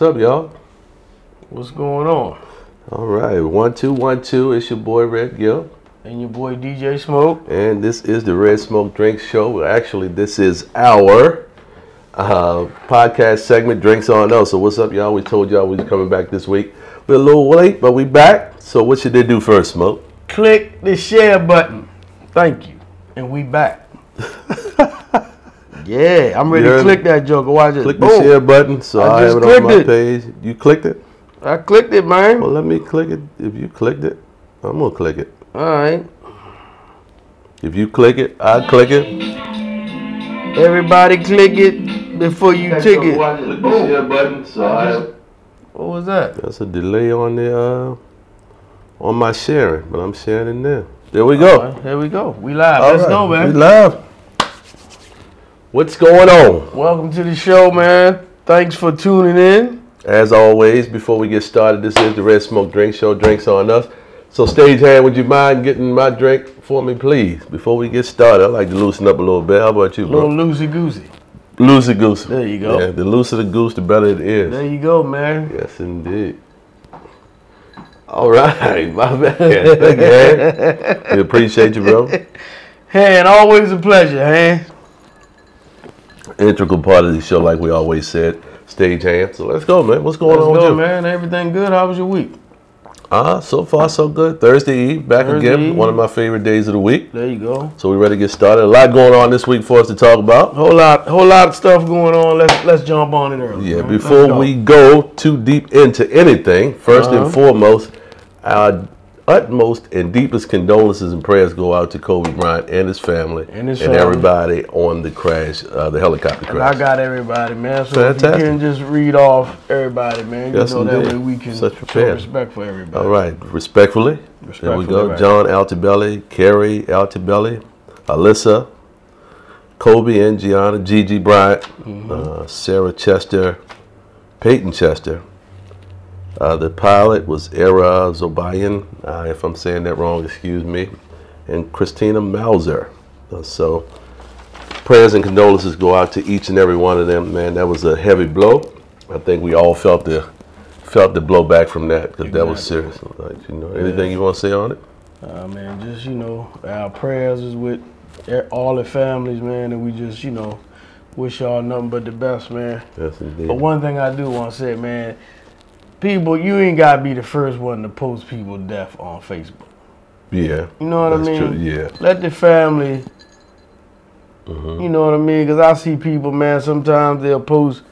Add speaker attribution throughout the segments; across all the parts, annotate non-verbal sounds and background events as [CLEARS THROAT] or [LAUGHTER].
Speaker 1: up, y'all?
Speaker 2: What's going on?
Speaker 1: All right, one two one two. It's your boy Red Gill,
Speaker 2: And your boy DJ Smoke.
Speaker 1: and this is the Red Smoke Drink Show. Well, actually, this is our uh, podcast segment, Drinks on Us. So, what's up, y'all? We told y'all we was coming back this week. We're a little late, but we back. So, what should they do first, Smoke?
Speaker 2: Click the share button. Thank you. And we back. [LAUGHS] yeah, I'm ready
Speaker 1: You heard
Speaker 2: to
Speaker 1: me?
Speaker 2: click that joker. Watch it.
Speaker 1: Click the
Speaker 2: Boom.
Speaker 1: share button. So
Speaker 2: I
Speaker 1: I, have
Speaker 2: just
Speaker 1: it on
Speaker 2: clicked
Speaker 1: my
Speaker 2: it.
Speaker 1: page. You clicked it.
Speaker 2: I clicked it, man.
Speaker 1: Well,
Speaker 2: All
Speaker 1: let me click it. If you clicked it, I'm gonna click it.
Speaker 2: right.
Speaker 1: If you click it, I click it.
Speaker 2: Everybody click it before you tick it. What
Speaker 1: Click the share button. So I.
Speaker 2: was that?
Speaker 1: That's a delay on the uh, on my sharing, but I'm sharing it now. There we go.
Speaker 2: All right, here we go. We live.
Speaker 1: Oh. All
Speaker 2: Let's
Speaker 1: right.
Speaker 2: go, man.
Speaker 1: We live. What's going on?
Speaker 2: Welcome to the show, man. Thanks for tuning in.
Speaker 1: As always, before we get started, this is the Red Smoke Drink Show. Drinks on us. So, stagehand, would you mind getting my drink for me, please? Before we get started, I like to loosen up a little bit. How about you,
Speaker 2: A little
Speaker 1: bro?
Speaker 2: loosey goosey.
Speaker 1: Looser goose.
Speaker 2: There you go.
Speaker 1: Yeah, the looser the goose, the better it is.
Speaker 2: There you go, man.
Speaker 1: Yes, indeed. All right, my man. Thank you, Hank. We appreciate you, bro.
Speaker 2: Hey, and always a pleasure, hey.
Speaker 1: Integral part of the show, like we always said, stagehand. So let's go, man. What's going
Speaker 2: Let's
Speaker 1: on with
Speaker 2: go,
Speaker 1: you?
Speaker 2: man. Everything good? How was your week?
Speaker 1: Ah, so far so good. Thursday Eve, back
Speaker 2: Thursday
Speaker 1: again.
Speaker 2: Eve.
Speaker 1: One of my favorite days of the week.
Speaker 2: There you go.
Speaker 1: So we ready to get started. A lot going on this week for us to talk about.
Speaker 2: Whole lot, whole lot of stuff going on. Let's let's jump on it early.
Speaker 1: Yeah,
Speaker 2: man. Let's
Speaker 1: before
Speaker 2: go.
Speaker 1: we go too deep into anything, 1st
Speaker 2: Uh-huh.
Speaker 1: and foremost, our utmost and deepest condolences and prayers go out to Kobe Bryant and his family
Speaker 2: And his family.
Speaker 1: everybody on the crash, uh, the helicopter
Speaker 2: And I
Speaker 1: crash.
Speaker 2: got everybody, man. So if
Speaker 1: Fantastic.
Speaker 2: you can just read off everybody, man. You
Speaker 1: Yes,
Speaker 2: know that
Speaker 1: indeed.
Speaker 2: way we can
Speaker 1: Such
Speaker 2: show
Speaker 1: prepared.
Speaker 2: respect for everybody.
Speaker 1: All right, respectfully, there we
Speaker 2: Respectfully,
Speaker 1: go.
Speaker 2: right.
Speaker 1: John Altibelli, Carrie Altibelli, Alyssa, Kobe and Gianna, Gigi Bryant, uh, Sarah Chester, Peyton Chester. Uh, the pilot was Era Zobayan, uh, if I'm saying that wrong, excuse me, and Christina Mauser. Uh, so prayers and condolences go out to each and every one of them. Man, that was a heavy blow. I think we all felt the felt the blowback from that because that was serious. Like, you know, anything you want to say on it?
Speaker 2: Uh, man, just you know, our prayers is with e- all the families, man, and we just you know wish y'all nothing but the best, man.
Speaker 1: Yes, indeed.
Speaker 2: But one thing I do want to say, man, people, you ain't gotta be the first one to post people death on Facebook.
Speaker 1: yeah,
Speaker 2: You know what
Speaker 1: that's
Speaker 2: I mean?
Speaker 1: true. Yeah,
Speaker 2: Let the family.
Speaker 1: Mm-hmm.
Speaker 2: You know what I mean? Because I see people, man. Sometimes they'll post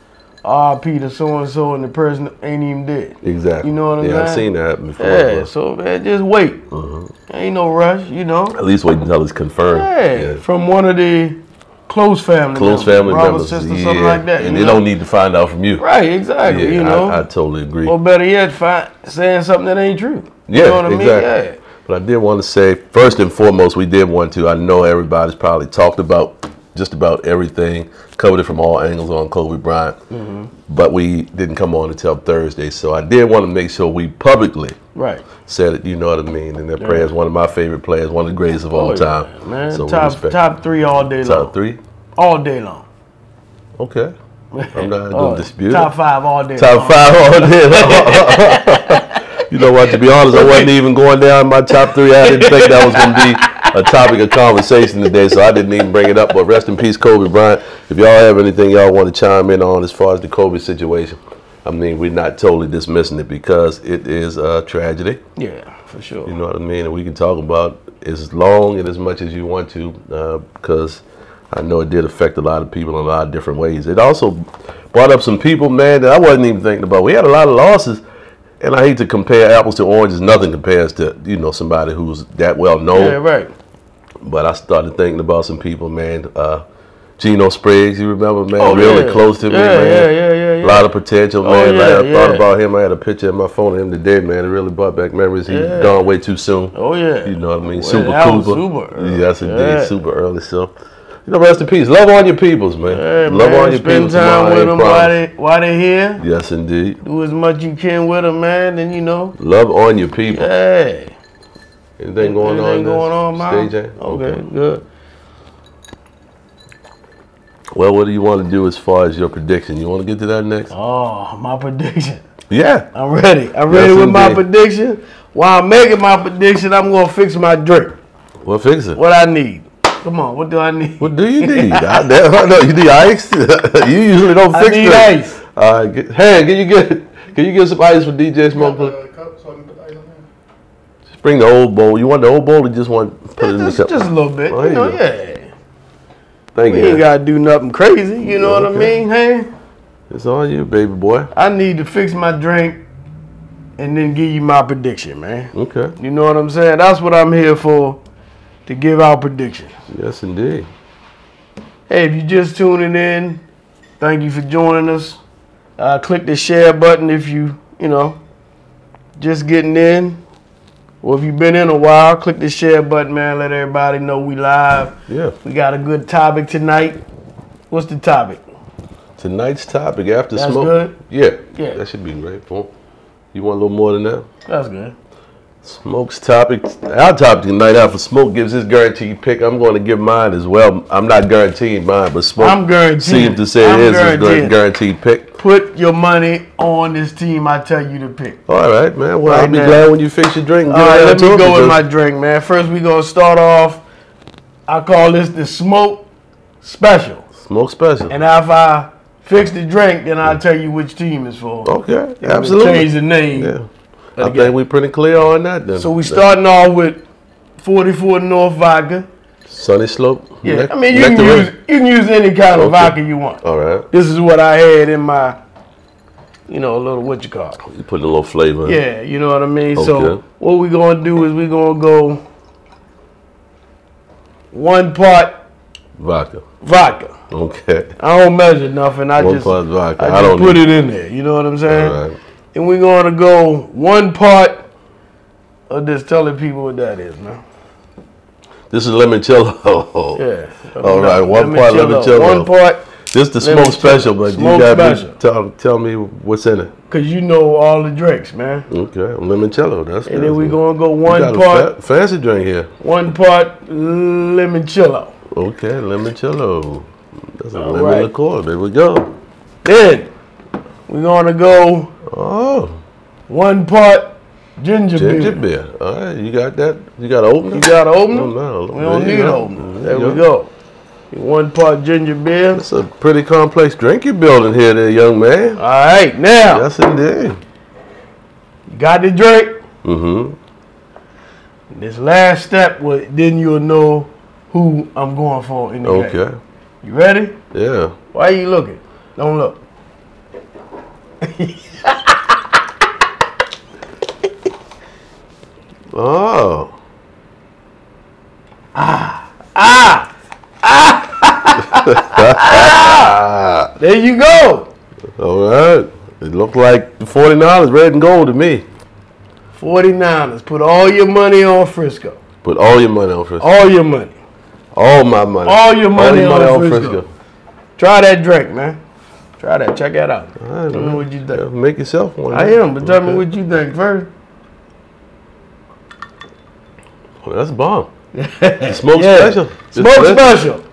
Speaker 2: "Ah, RP to so and so, and the person ain't even dead.
Speaker 1: exactly.
Speaker 2: You know what I'm
Speaker 1: yeah, I've
Speaker 2: saying?
Speaker 1: seen that before.
Speaker 2: Yeah.
Speaker 1: but
Speaker 2: So man, just wait. Ain't no rush. You know.
Speaker 1: At least wait until it's confirmed.
Speaker 2: Yeah,
Speaker 1: Mm-hmm. Yeah.
Speaker 2: from one of the close family
Speaker 1: Close
Speaker 2: members,
Speaker 1: family
Speaker 2: brother,
Speaker 1: members,
Speaker 2: sister,
Speaker 1: yeah,
Speaker 2: something like that.
Speaker 1: and
Speaker 2: you
Speaker 1: they
Speaker 2: know?
Speaker 1: don't need to find out from you.
Speaker 2: right, exactly.
Speaker 1: Yeah,
Speaker 2: you know,
Speaker 1: I, I totally agree.
Speaker 2: or better yet, find, saying something that ain't true.
Speaker 1: Yeah,
Speaker 2: you know what I mean?
Speaker 1: exactly. But I did want to say, first and foremost, we did want to. I know everybody's probably talked about just about everything, covered it from all angles on Kobe Bryant.
Speaker 2: Mm-hmm.
Speaker 1: But we didn't come on until Thursday, so I did want to make sure we publicly
Speaker 2: Yeah, right.
Speaker 1: said it. You know what I mean? And that prayer is one of my favorite players, one of the greatest of all
Speaker 2: Oh, yeah,
Speaker 1: time.
Speaker 2: man.
Speaker 1: so we
Speaker 2: top
Speaker 1: respect-
Speaker 2: top three all day long.
Speaker 1: top three.
Speaker 2: All day long.
Speaker 1: Okay, I'm
Speaker 2: [LAUGHS]
Speaker 1: not
Speaker 2: Oh,
Speaker 1: gonna dispute
Speaker 2: top
Speaker 1: it.
Speaker 2: five all day.
Speaker 1: Top
Speaker 2: long.
Speaker 1: five all day. long. you know what? To be honest, I wasn't even going down my top three. I didn't think that was going to be a topic of conversation today, so I didn't even bring it up. But rest in peace, Kobe Bryant. If y'all have anything y'all want to chime in on as far as the Kobe situation, I mean, we're not totally dismissing it because it is a tragedy.
Speaker 2: Yeah, for sure.
Speaker 1: You know what I mean? And we can talk about as long and as much as you want to, uh, because I know it did affect a lot of people in a lot of different ways. It also brought up some people, man, that I wasn't even thinking about. We had a lot of losses, and I hate to compare apples to oranges. Nothing compares to you know somebody who's that well known.
Speaker 2: Yeah, right.
Speaker 1: But I started thinking about some people, man. Uh, Gino Spriggs, you remember, man,
Speaker 2: Oh,
Speaker 1: really
Speaker 2: yeah.
Speaker 1: close to me,
Speaker 2: Yeah,
Speaker 1: man.
Speaker 2: yeah, yeah, yeah, yeah.
Speaker 1: A lot of potential, man.
Speaker 2: yeah,
Speaker 1: like, I thought
Speaker 2: yeah.
Speaker 1: about him. I had a picture in my phone of him today, man. It really brought back memories. He
Speaker 2: Yeah.
Speaker 1: gone way too soon.
Speaker 2: Oh yeah.
Speaker 1: You know what I mean?
Speaker 2: Well,
Speaker 1: super
Speaker 2: that was
Speaker 1: Cooper.
Speaker 2: super early.
Speaker 1: Yes, indeed.
Speaker 2: Yeah.
Speaker 1: Super early. So, you know, rest in peace. Love on your peoples, man.
Speaker 2: Hey,
Speaker 1: Love
Speaker 2: man,
Speaker 1: on your
Speaker 2: spend
Speaker 1: peoples.
Speaker 2: time
Speaker 1: tomorrow,
Speaker 2: with
Speaker 1: ain't
Speaker 2: them while
Speaker 1: promised.
Speaker 2: they while they here.
Speaker 1: Yes, indeed.
Speaker 2: Do as much you can with them, man. And you know,
Speaker 1: Love on your people.
Speaker 2: hey.
Speaker 1: Anything going on? eh?
Speaker 2: Anything
Speaker 1: in this
Speaker 2: going on, Miles?
Speaker 1: Stage act?
Speaker 2: Okay, good.
Speaker 1: Well, what do you want to do as far as your prediction? You want to get to that next?
Speaker 2: Oh, my prediction. [LAUGHS]
Speaker 1: Yeah.
Speaker 2: I'm ready. I'm ready
Speaker 1: Yes,
Speaker 2: with my
Speaker 1: indeed.
Speaker 2: prediction. While I'm making my prediction, I'm gonna fix my drink.
Speaker 1: Well, fix it. What,
Speaker 2: What I need. Come on, what do I need?
Speaker 1: do you need? I, that, I know you need ice. [LAUGHS] you usually don't
Speaker 2: I
Speaker 1: fix
Speaker 2: need
Speaker 1: things.
Speaker 2: ice.
Speaker 1: Uh, get, hey, can you get can you get some ice for DJ Smoke? please? Just bring the old bowl. You want the old bowl or just want put it in the
Speaker 2: Just,
Speaker 1: cup?
Speaker 2: just a little bit.
Speaker 1: Well,
Speaker 2: you
Speaker 1: there
Speaker 2: know,
Speaker 1: you
Speaker 2: yeah.
Speaker 1: Thank
Speaker 2: We ain't
Speaker 1: you.
Speaker 2: gotta do nothing crazy, you know what I
Speaker 1: Okay.
Speaker 2: mean? Hey,
Speaker 1: It's on you, baby boy.
Speaker 2: I need to fix my drink and then give you my prediction, man.
Speaker 1: Okay.
Speaker 2: You know what I'm saying? That's what I'm here for, to give out predictions.
Speaker 1: Yes, indeed.
Speaker 2: Hey, if you're just tuning in, thank you for joining us. Uh, click the share button if you, you know, just getting in. Or if you've been in a while, click the share button, man. Let everybody know we live.
Speaker 1: Yeah.
Speaker 2: We got a good topic tonight. What's the topic?
Speaker 1: Tonight's topic after
Speaker 2: That's
Speaker 1: smoke.
Speaker 2: good?
Speaker 1: Yeah.
Speaker 2: Yeah.
Speaker 1: That should be great. Paul. You want a little more than that?
Speaker 2: That's good.
Speaker 1: Smoke's topic. Our topic tonight after smoke gives his guaranteed pick. I'm going to give mine as well. I'm not guaranteeing mine, but smoke
Speaker 2: I'm guaranteed.
Speaker 1: seems to say
Speaker 2: I'm
Speaker 1: his is
Speaker 2: guaranteed.
Speaker 1: guaranteed. guaranteed pick.
Speaker 2: Put your money on this team I tell you to pick.
Speaker 1: All right, man. Well, I'll
Speaker 2: Right
Speaker 1: be
Speaker 2: now.
Speaker 1: glad when you fix your drink. and
Speaker 2: All
Speaker 1: get
Speaker 2: right,
Speaker 1: it out
Speaker 2: let me
Speaker 1: to him
Speaker 2: go with
Speaker 1: because-
Speaker 2: my drink, man. First, we going to start off, I call this the smoke special.
Speaker 1: smoke special.
Speaker 2: And if I fix the drink, then I'll tell you which team it's for.
Speaker 1: okay,
Speaker 2: We'll Change
Speaker 1: Oh, absolutely.
Speaker 2: the name.
Speaker 1: Yeah, I
Speaker 2: again.
Speaker 1: think we pretty clear on that. Then.
Speaker 2: So we starting off with 44 North Vodka.
Speaker 1: Sunny slope.
Speaker 2: Yeah,
Speaker 1: Nec-
Speaker 2: I mean, you can,
Speaker 1: nectarine.
Speaker 2: use, you can use any kind of
Speaker 1: Okay.
Speaker 2: vodka you want.
Speaker 1: All right,
Speaker 2: This is what I had in my, you know, a little, what you call it.
Speaker 1: you put a little flavor. in.
Speaker 2: Yeah, you know what I mean? So
Speaker 1: Okay.
Speaker 2: what we going to do is we going to go one part
Speaker 1: vodka.
Speaker 2: vodka.
Speaker 1: Okay,
Speaker 2: I don't measure nothing. I
Speaker 1: one
Speaker 2: just,
Speaker 1: part vodka.
Speaker 2: I
Speaker 1: I,
Speaker 2: just
Speaker 1: don't
Speaker 2: put
Speaker 1: need-
Speaker 2: it in there. You know what I'm saying?
Speaker 1: All right.
Speaker 2: And we're going to go one part of this telling people what that is, man.
Speaker 1: This is limoncello.
Speaker 2: Yeah.
Speaker 1: All right, one part limoncello.
Speaker 2: One part,
Speaker 1: This is the
Speaker 2: Lemon
Speaker 1: smoke special, but
Speaker 2: Smoke
Speaker 1: you got
Speaker 2: special.
Speaker 1: to tell, tell me what's in it.
Speaker 2: because you know all the drinks, man.
Speaker 1: Okay, limoncello. That's
Speaker 2: And then we're
Speaker 1: good.
Speaker 2: going to go
Speaker 1: You
Speaker 2: one
Speaker 1: got a
Speaker 2: part,
Speaker 1: fa- fancy drink here.
Speaker 2: one part limoncello.
Speaker 1: Okay, limoncello. That's a
Speaker 2: All
Speaker 1: lemon
Speaker 2: right.
Speaker 1: liqueur. There we go.
Speaker 2: Then we're going to go
Speaker 1: Oh,
Speaker 2: one part ginger,
Speaker 1: ginger
Speaker 2: beer.
Speaker 1: beer. All right, you got that? You got to open
Speaker 2: You
Speaker 1: it?
Speaker 2: got to open
Speaker 1: No,
Speaker 2: them?
Speaker 1: no.
Speaker 2: We don't
Speaker 1: There you
Speaker 2: need
Speaker 1: go.
Speaker 2: open.
Speaker 1: There
Speaker 2: There
Speaker 1: you
Speaker 2: we go. One part ginger beer.
Speaker 1: That's a pretty complex drink you're building here, there, young man.
Speaker 2: All right, now
Speaker 1: Yes, indeed.
Speaker 2: got the drink.
Speaker 1: Mm-hmm.
Speaker 2: This last step, was, then you'll know who I'm going for in the game.
Speaker 1: Okay.
Speaker 2: You ready?
Speaker 1: Yeah.
Speaker 2: Why you looking? Don't look.
Speaker 1: Oh.
Speaker 2: There you go.
Speaker 1: All right. It looked like the 49ers, red and gold to me.
Speaker 2: 49ers. Put all your money on Frisco.
Speaker 1: Put all your money on Frisco.
Speaker 2: All your money.
Speaker 1: All my money.
Speaker 2: All your money on Frisco. Try that drink, man. Try that. Check that out.
Speaker 1: All right,
Speaker 2: Tell me
Speaker 1: man.
Speaker 2: what you think.
Speaker 1: Yeah, make yourself one.
Speaker 2: I am, but tell me what you think first.
Speaker 1: Well, that's
Speaker 2: [LAUGHS]
Speaker 1: bomb. Smoke
Speaker 2: Yeah.
Speaker 1: special. It's
Speaker 2: Smoke
Speaker 1: delicious.
Speaker 2: special.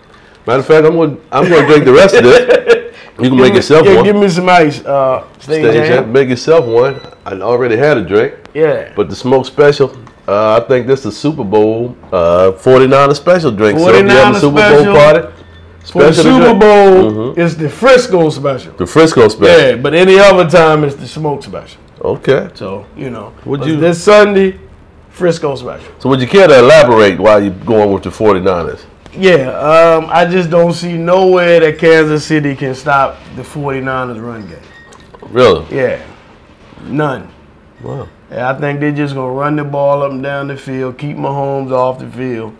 Speaker 1: Matter of fact, I'm going. I'm going to drink the rest of
Speaker 2: [LAUGHS]
Speaker 1: this. You can make yourself
Speaker 2: yeah,
Speaker 1: one.
Speaker 2: give me some ice. Uh, stay
Speaker 1: Stay
Speaker 2: jam.
Speaker 1: champ. Make yourself one. I already had a drink,
Speaker 2: Yeah.
Speaker 1: but the smoke special. Uh, I think this is Super Bowl uh, 49 special drink. so if you have
Speaker 2: 49er
Speaker 1: a Super
Speaker 2: special
Speaker 1: Bowl party,
Speaker 2: For
Speaker 1: special
Speaker 2: the
Speaker 1: to
Speaker 2: Super
Speaker 1: drink.
Speaker 2: Bowl,
Speaker 1: Mhm.
Speaker 2: it's the Frisco special.
Speaker 1: the Frisco special.
Speaker 2: Yeah, but any other time, it's the smoke special.
Speaker 1: Okay.
Speaker 2: So, you know.
Speaker 1: Would
Speaker 2: but
Speaker 1: you-
Speaker 2: This Sunday, Frisco special.
Speaker 1: So would you care to elaborate why you're going with the 49ers?
Speaker 2: Yeah, um, I just don't see nowhere that Kansas City can stop the 49ers run game.
Speaker 1: Really?
Speaker 2: Yeah, none.
Speaker 1: Wow.
Speaker 2: And I think they're just going to run the ball up and down the field, keep Mahomes off the field.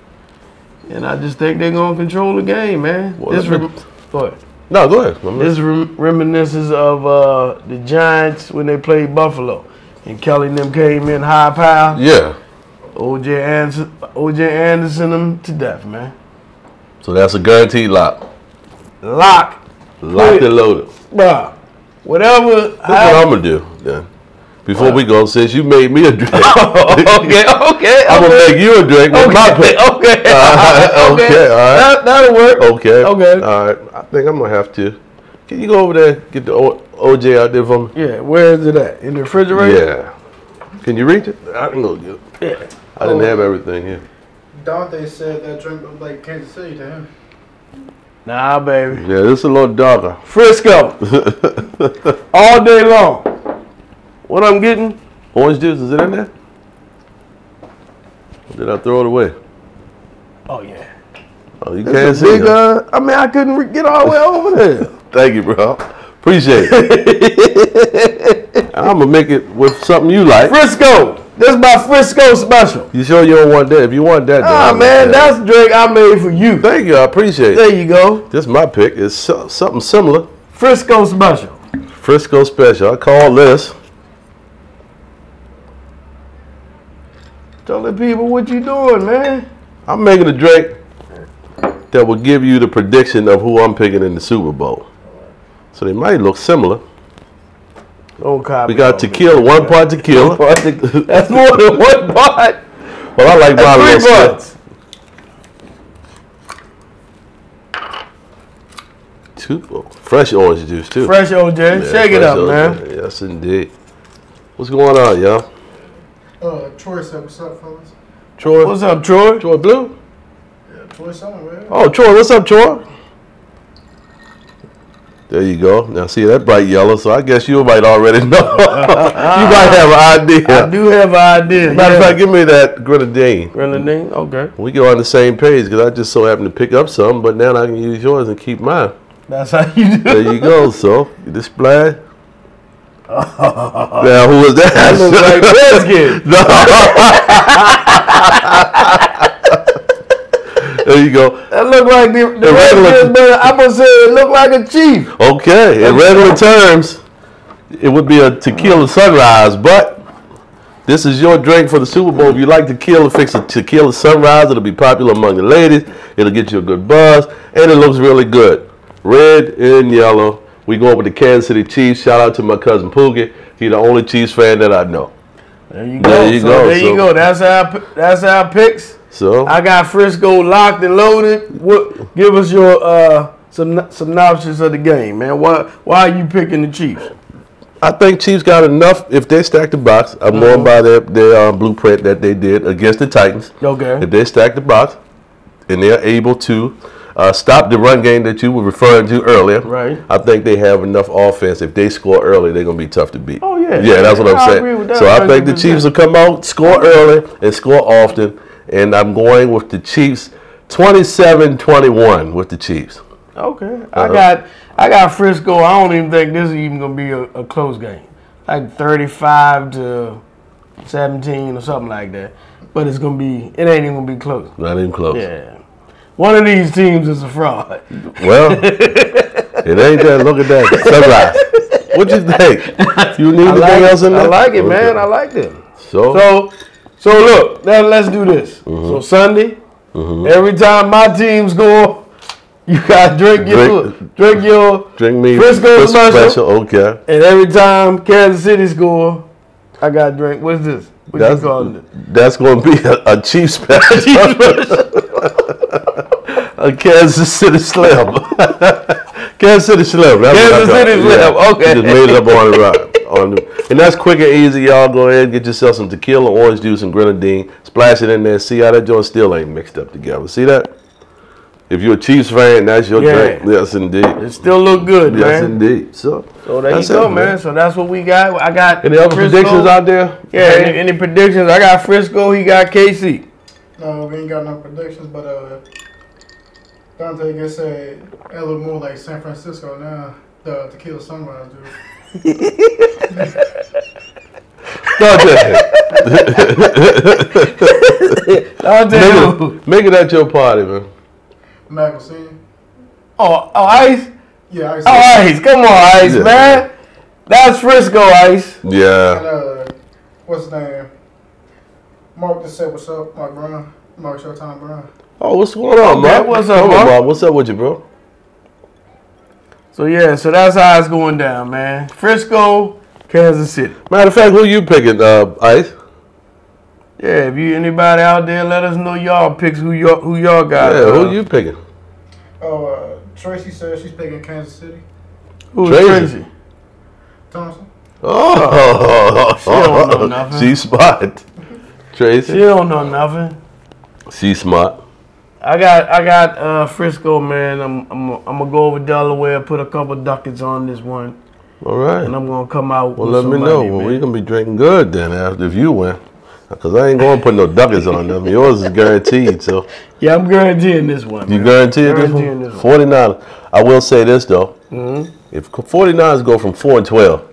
Speaker 2: And I just think they're going to control the game, man.
Speaker 1: Well,
Speaker 2: this
Speaker 1: let me-
Speaker 2: rem- go ahead.
Speaker 1: No, go ahead. I'm
Speaker 2: This rem- reminisces of uh, the Giants when they played Buffalo. And Kelly and them came in high power.
Speaker 1: yeah.
Speaker 2: OJ Anderson, OJ Anderson them to death, man.
Speaker 1: So that's a guaranteed lock.
Speaker 2: Lock,
Speaker 1: Locked
Speaker 2: Wait.
Speaker 1: and loaded.
Speaker 2: bruh. Whatever.
Speaker 1: [LAUGHS] That's what
Speaker 2: how-
Speaker 1: I'm gonna do. Yeah. Before we go, since you made me a drink, [LAUGHS]
Speaker 2: [LAUGHS] okay, [LAUGHS] okay.
Speaker 1: I'm gonna
Speaker 2: okay.
Speaker 1: make you a drink with my
Speaker 2: Okay,
Speaker 1: pick.
Speaker 2: [LAUGHS] okay.
Speaker 1: All right, [LAUGHS] okay, all right.
Speaker 2: That, that'll work.
Speaker 1: Okay.
Speaker 2: Okay.
Speaker 1: All right. I think I'm gonna have to. Can you go over there get the o- OJ out there for me?
Speaker 2: Yeah, where is it at? In the refrigerator?
Speaker 1: Yeah. Can you reach it? I can go get it.
Speaker 2: Yeah. Yeah.
Speaker 1: I didn't have everything here.
Speaker 3: Dante said that drink looked like Kansas City to him.
Speaker 2: Nah, baby.
Speaker 1: [LAUGHS] Yeah, this is a little darker. [LAUGHS]
Speaker 2: Frisco all day long. What I'm getting?
Speaker 1: Orange juice is it in there? Or did I throw it away?
Speaker 2: Oh yeah.
Speaker 1: Oh, you can't
Speaker 2: It's a
Speaker 1: see.
Speaker 2: big.
Speaker 1: it.
Speaker 2: Uh, I mean, I couldn't re- get all the way
Speaker 1: [LAUGHS]
Speaker 2: over there.
Speaker 1: Thank you, bro. Appreciate it. I'm gonna make it with something you like.
Speaker 2: Frisco. This is my Frisco special.
Speaker 1: You sure you don't want that? If you want that, then
Speaker 2: Ah
Speaker 1: I'll make
Speaker 2: man,
Speaker 1: that.
Speaker 2: that's the drink I made for you.
Speaker 1: Thank you. I appreciate it.
Speaker 2: There you go.
Speaker 1: This my pick. It's so, something similar.
Speaker 2: Frisco special.
Speaker 1: Frisco special. I call this.
Speaker 2: Tell the people what you doing, man.
Speaker 1: I'm making a drink that will give you the prediction of who I'm picking in the Super Bowl. So they might look similar.
Speaker 2: Don't copy.
Speaker 1: We got tequila, one part tequila.
Speaker 2: Part
Speaker 1: [LAUGHS]
Speaker 2: to- That's more than one part.
Speaker 1: Well, I like my
Speaker 2: That's three
Speaker 1: little stuff.
Speaker 2: parts.
Speaker 1: Two oh, fresh orange juice too.
Speaker 2: Fresh OJ.
Speaker 1: Yeah,
Speaker 2: Shake it
Speaker 1: fresh
Speaker 2: up,
Speaker 1: orange-
Speaker 2: man.
Speaker 1: Yes, indeed. What's going on, y'all?
Speaker 3: Uh, Troy said, what's up, fellas?
Speaker 1: Troy,
Speaker 2: What's up, Troy?
Speaker 1: Troy Blue?
Speaker 3: Yeah, Troy somewhere. man.
Speaker 1: Oh, Troy, what's up, Troy? There you go. Now see that bright yellow, so I guess you might already [LAUGHS] know. you might have an idea.
Speaker 2: I do have an idea.
Speaker 1: Matter of
Speaker 2: yeah.
Speaker 1: fact, give me that grenadine.
Speaker 2: Really, Nick? Okay.
Speaker 1: We go on the same page because I just so happened to pick up some, but now I can use yours and keep mine.
Speaker 2: That's how you do it.
Speaker 1: There you go. So you display.
Speaker 2: [LAUGHS]
Speaker 1: now who was [LAUGHS] that?
Speaker 2: Looks like biscuit.
Speaker 1: there you go.
Speaker 2: That look like the, the
Speaker 1: The regular-
Speaker 2: regular, but I'm gonna say it look like a chief.
Speaker 1: Okay, in regular terms, it would be a tequila sunrise, but this is your drink for the Super Bowl. If you like tequila, fix a tequila sunrise. It'll be popular among the ladies. It'll get you a good buzz, and it looks really good. Red and yellow. We go up with the Kansas City Chiefs. Shout out to my cousin Poogie. He's the only Chiefs fan that I know.
Speaker 2: There you
Speaker 1: go. There you
Speaker 2: so
Speaker 1: go,
Speaker 2: There
Speaker 1: so-
Speaker 2: you go. That's our that's our picks.
Speaker 1: So
Speaker 2: I got Frisco locked and loaded. What? Give us your uh syn- synopsis of the game, man. Why why are you picking the Chiefs?
Speaker 1: I think Chiefs got enough. If they stack the box, I'm going by their, their uh, blueprint that they did against the Titans.
Speaker 2: Okay.
Speaker 1: If they stack the box and they're able to uh, stop the run game that you were referring to earlier,
Speaker 2: Right.
Speaker 1: I think they have enough offense. If they score early, they're going to be tough to beat.
Speaker 2: Oh, yeah.
Speaker 1: Yeah, that's what I'm
Speaker 2: I
Speaker 1: saying.
Speaker 2: agree with that
Speaker 1: so I think the
Speaker 2: 100%.
Speaker 1: Chiefs will come out, score early, and score often. And I'm going with the Chiefs 27 21 with the Chiefs.
Speaker 2: Okay.
Speaker 1: Uh-huh.
Speaker 2: I got I got Frisco. I don't even think this is even gonna be a, a close game. Like thirty five to seventeen or something like that. But it's gonna be it ain't even gonna be close.
Speaker 1: Not even close.
Speaker 2: Yeah. One of these teams is
Speaker 1: [LAUGHS]
Speaker 2: a fraud. [LAUGHS]
Speaker 1: Well, it ain't that. Look at that sunrise. What you think? You need
Speaker 2: I
Speaker 1: anything
Speaker 2: like,
Speaker 1: else in
Speaker 2: I
Speaker 1: there?
Speaker 2: like it,
Speaker 1: Okay.
Speaker 2: man. I like them.
Speaker 1: so,
Speaker 2: So, so look, now let's do this.
Speaker 1: Mm-hmm.
Speaker 2: So Sunday, every time my teams go, [LAUGHS] you gotta drink your
Speaker 1: Drink-
Speaker 2: drink your,
Speaker 1: drink me
Speaker 2: Frisco
Speaker 1: Fris-
Speaker 2: special.
Speaker 1: Okay.
Speaker 2: and every time Kansas City score, I gotta drink. What's this? What
Speaker 1: That's,
Speaker 2: you calling it?
Speaker 1: that's going to be a, a Chiefs special. [LAUGHS] a Kansas City Slim. [LAUGHS] Kansas City Slim. that's what I
Speaker 2: Kansas
Speaker 1: call it.
Speaker 2: City Slim, okay.
Speaker 1: You just made it up on the rock. On the, and that's quick and easy, y'all. Go ahead and get yourself some tequila, orange juice, and grenadine. Splash it in there. See how that joint still ain't mixed up together. See that? If you're a Chiefs fan, that's your
Speaker 2: Yeah.
Speaker 1: drink. Yes, indeed.
Speaker 2: It still look good,
Speaker 1: yes,
Speaker 2: man.
Speaker 1: indeed. So,
Speaker 2: So there
Speaker 1: that's
Speaker 2: you go,
Speaker 1: it,
Speaker 2: man. So that's what we got. I got
Speaker 1: Any other
Speaker 2: Frisco.
Speaker 1: predictions out there?
Speaker 2: Yeah, any, any predictions? I got Frisco. He got KC.
Speaker 3: No, we ain't got no predictions, but uh, Dante can say it look more like San Francisco now. The tequila sunrise, dude.
Speaker 1: Dante,
Speaker 2: I'll tell you
Speaker 1: make,
Speaker 2: who.
Speaker 1: it, make it at your party, man.
Speaker 3: Michael Senior.
Speaker 2: [LAUGHS] Oh, oh, Ice.
Speaker 3: Yeah, I see.
Speaker 2: Oh, Ice. Come on, Ice,
Speaker 1: Yeah.
Speaker 2: man. That's Frisco, Ice.
Speaker 1: Yeah.
Speaker 3: And uh, what's his name? Mark just said what's up, Mark Brown. Mark Showtime Brown.
Speaker 1: Oh, what's going on,
Speaker 2: Okay,
Speaker 1: man?
Speaker 2: what's up,
Speaker 1: Come
Speaker 2: Mark?
Speaker 1: on, Mark? What's up with you, bro?
Speaker 2: So yeah, so that's how it's going down, man. Frisco Kansas City.
Speaker 1: Matter of fact, who you picking, uh, Ice?
Speaker 2: Yeah, if you anybody out there, let us know y'all picks who y'all who y'all got.
Speaker 1: Yeah,
Speaker 2: uh,
Speaker 1: who you picking?
Speaker 3: Oh, uh, Tracy says she's picking Kansas City.
Speaker 2: Who's
Speaker 1: Tracy.
Speaker 2: Tracy?
Speaker 3: Thompson.
Speaker 1: Oh,
Speaker 2: She don't know nothing.
Speaker 1: She's smart. [LAUGHS]
Speaker 2: She
Speaker 1: Tracy,
Speaker 2: don't know nothing.
Speaker 1: she's smart.
Speaker 2: I got I got uh, Frisco man. I'm I'm I'm gonna go over Delaware, put a couple ducats on this one,
Speaker 1: All right.
Speaker 2: and I'm gonna come out.
Speaker 1: Well,
Speaker 2: with
Speaker 1: let me know.
Speaker 2: somebody,
Speaker 1: Well,
Speaker 2: man.
Speaker 1: we're gonna be drinking good then after if you win, because I ain't going to put no duckets on them. Yours is guaranteed. So
Speaker 2: Yeah, I'm guaranteeing this one.
Speaker 1: you
Speaker 2: man.
Speaker 1: guaranteed this
Speaker 2: Guaranteeing
Speaker 1: one.
Speaker 2: this one.
Speaker 1: Forty nine. I will say this though.
Speaker 2: Mm-hmm.
Speaker 1: If 49ers go from four and twelve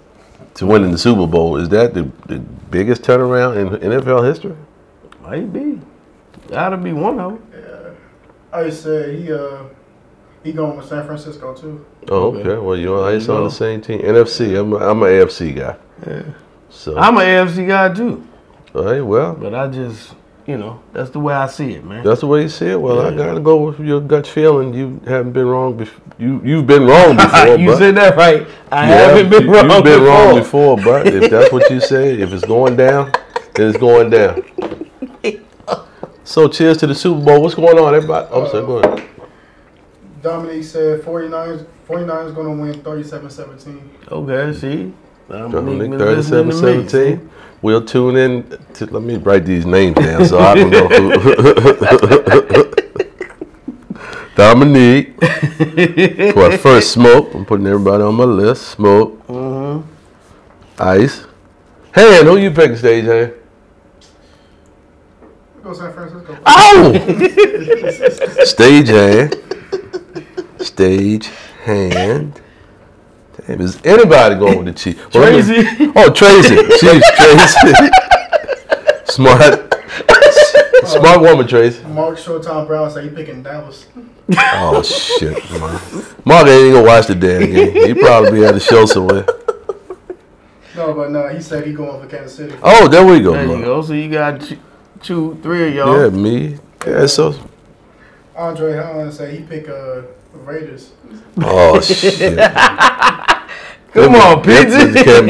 Speaker 1: to winning the Super Bowl, is that the, the biggest turnaround in NFL history?
Speaker 2: Might be. Gotta be one of them.
Speaker 3: Yeah. I said he uh he going with San Francisco too.
Speaker 1: Oh,
Speaker 2: Okay.
Speaker 1: okay. Well, you and Ice on
Speaker 2: No.
Speaker 1: the same team. NFC. I'm a, I'm an AFC guy. So
Speaker 2: I'm an AFC guy too,
Speaker 1: all right. Well,
Speaker 2: but I just you know that's the way I see it, man.
Speaker 1: That's the way you see it. Well, I
Speaker 2: Yeah.
Speaker 1: gotta go with your gut feeling. You haven't been wrong. Bef- you you've been wrong before.
Speaker 2: [LAUGHS] you
Speaker 1: but
Speaker 2: said that right. I
Speaker 1: You
Speaker 2: haven't
Speaker 1: have-
Speaker 2: been
Speaker 1: you-
Speaker 2: wrong.
Speaker 1: You've been
Speaker 2: before.
Speaker 1: wrong before, but if that's what
Speaker 2: [LAUGHS]
Speaker 1: you say, if it's going down, then it's going down. So, cheers to the Super Bowl. What's going on, everybody? I'm sorry. Go ahead.
Speaker 3: Dominique said 49ers 49ers going to win 37-17.
Speaker 2: Okay, see. I'm
Speaker 1: Dominique, 3717. We'll tune in. To, let me write these names down so I don't know who. [LAUGHS] Dominique. Well, first, Smoke. I'm putting everybody on my list. Smoke.
Speaker 2: Mm-hmm.
Speaker 1: Ice. Hand, who you picking stage hand?
Speaker 3: Go San Francisco.
Speaker 1: Ah. [LAUGHS]
Speaker 2: Oh!
Speaker 1: Ow! stage hand. Stage hand. Damn, is anybody going with the Chiefs? Well, let me-
Speaker 2: Tracy.
Speaker 1: Oh, Tracy. Chiefs, Tracy. Smart. Smart woman, Tracy.
Speaker 3: [LAUGHS] Mark Showtime Brown said he picking Dallas.
Speaker 1: Oh, shit, man. Mark ain't gonna watch the damn game. He probably be at the show somewhere.
Speaker 3: No, but no, he said he going for Kansas City.
Speaker 1: Oh, there we go,
Speaker 2: [LAUGHS] There
Speaker 1: Mark.
Speaker 2: you go. So you got two, two three of y'all.
Speaker 1: Yeah, me. Yeah, so.
Speaker 3: Andre Holland said he pick uh Raiders.
Speaker 1: Oh, shit.
Speaker 2: Come on,
Speaker 1: Them bitches
Speaker 2: Peter.
Speaker 1: can't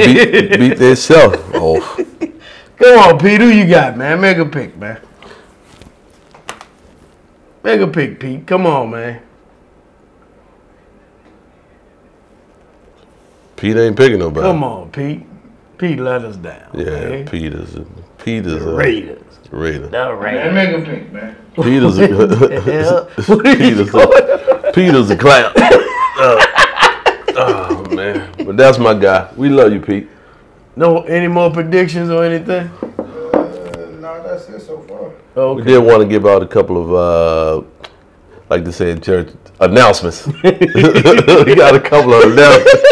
Speaker 1: beat, beat themselves. Oh,
Speaker 2: [LAUGHS] Come on, Pete. Who you got, man? Make a pick, man. Make a pick, Pete. Come on, man.
Speaker 1: Pete ain't picking nobody.
Speaker 2: Come on, Pete. Pete let us down.
Speaker 1: Yeah,
Speaker 2: man.
Speaker 1: Peter's Peter's a
Speaker 2: Raiders.
Speaker 1: Raider.
Speaker 2: The Raiders.
Speaker 3: make him pick, man.
Speaker 1: Peter's a,
Speaker 2: [LAUGHS] Yeah. [LAUGHS] What are you
Speaker 1: Peter's
Speaker 2: going-
Speaker 1: a, [LAUGHS] Peter's a clown. Uh, oh man, but that's my guy. We love you, Pete.
Speaker 2: No, any more predictions or anything?
Speaker 3: Uh, no, that's it so far.
Speaker 1: We
Speaker 2: Okay.
Speaker 1: did want to give out a couple of uh, like to say in church announcements. [LAUGHS] we got a couple of announcements.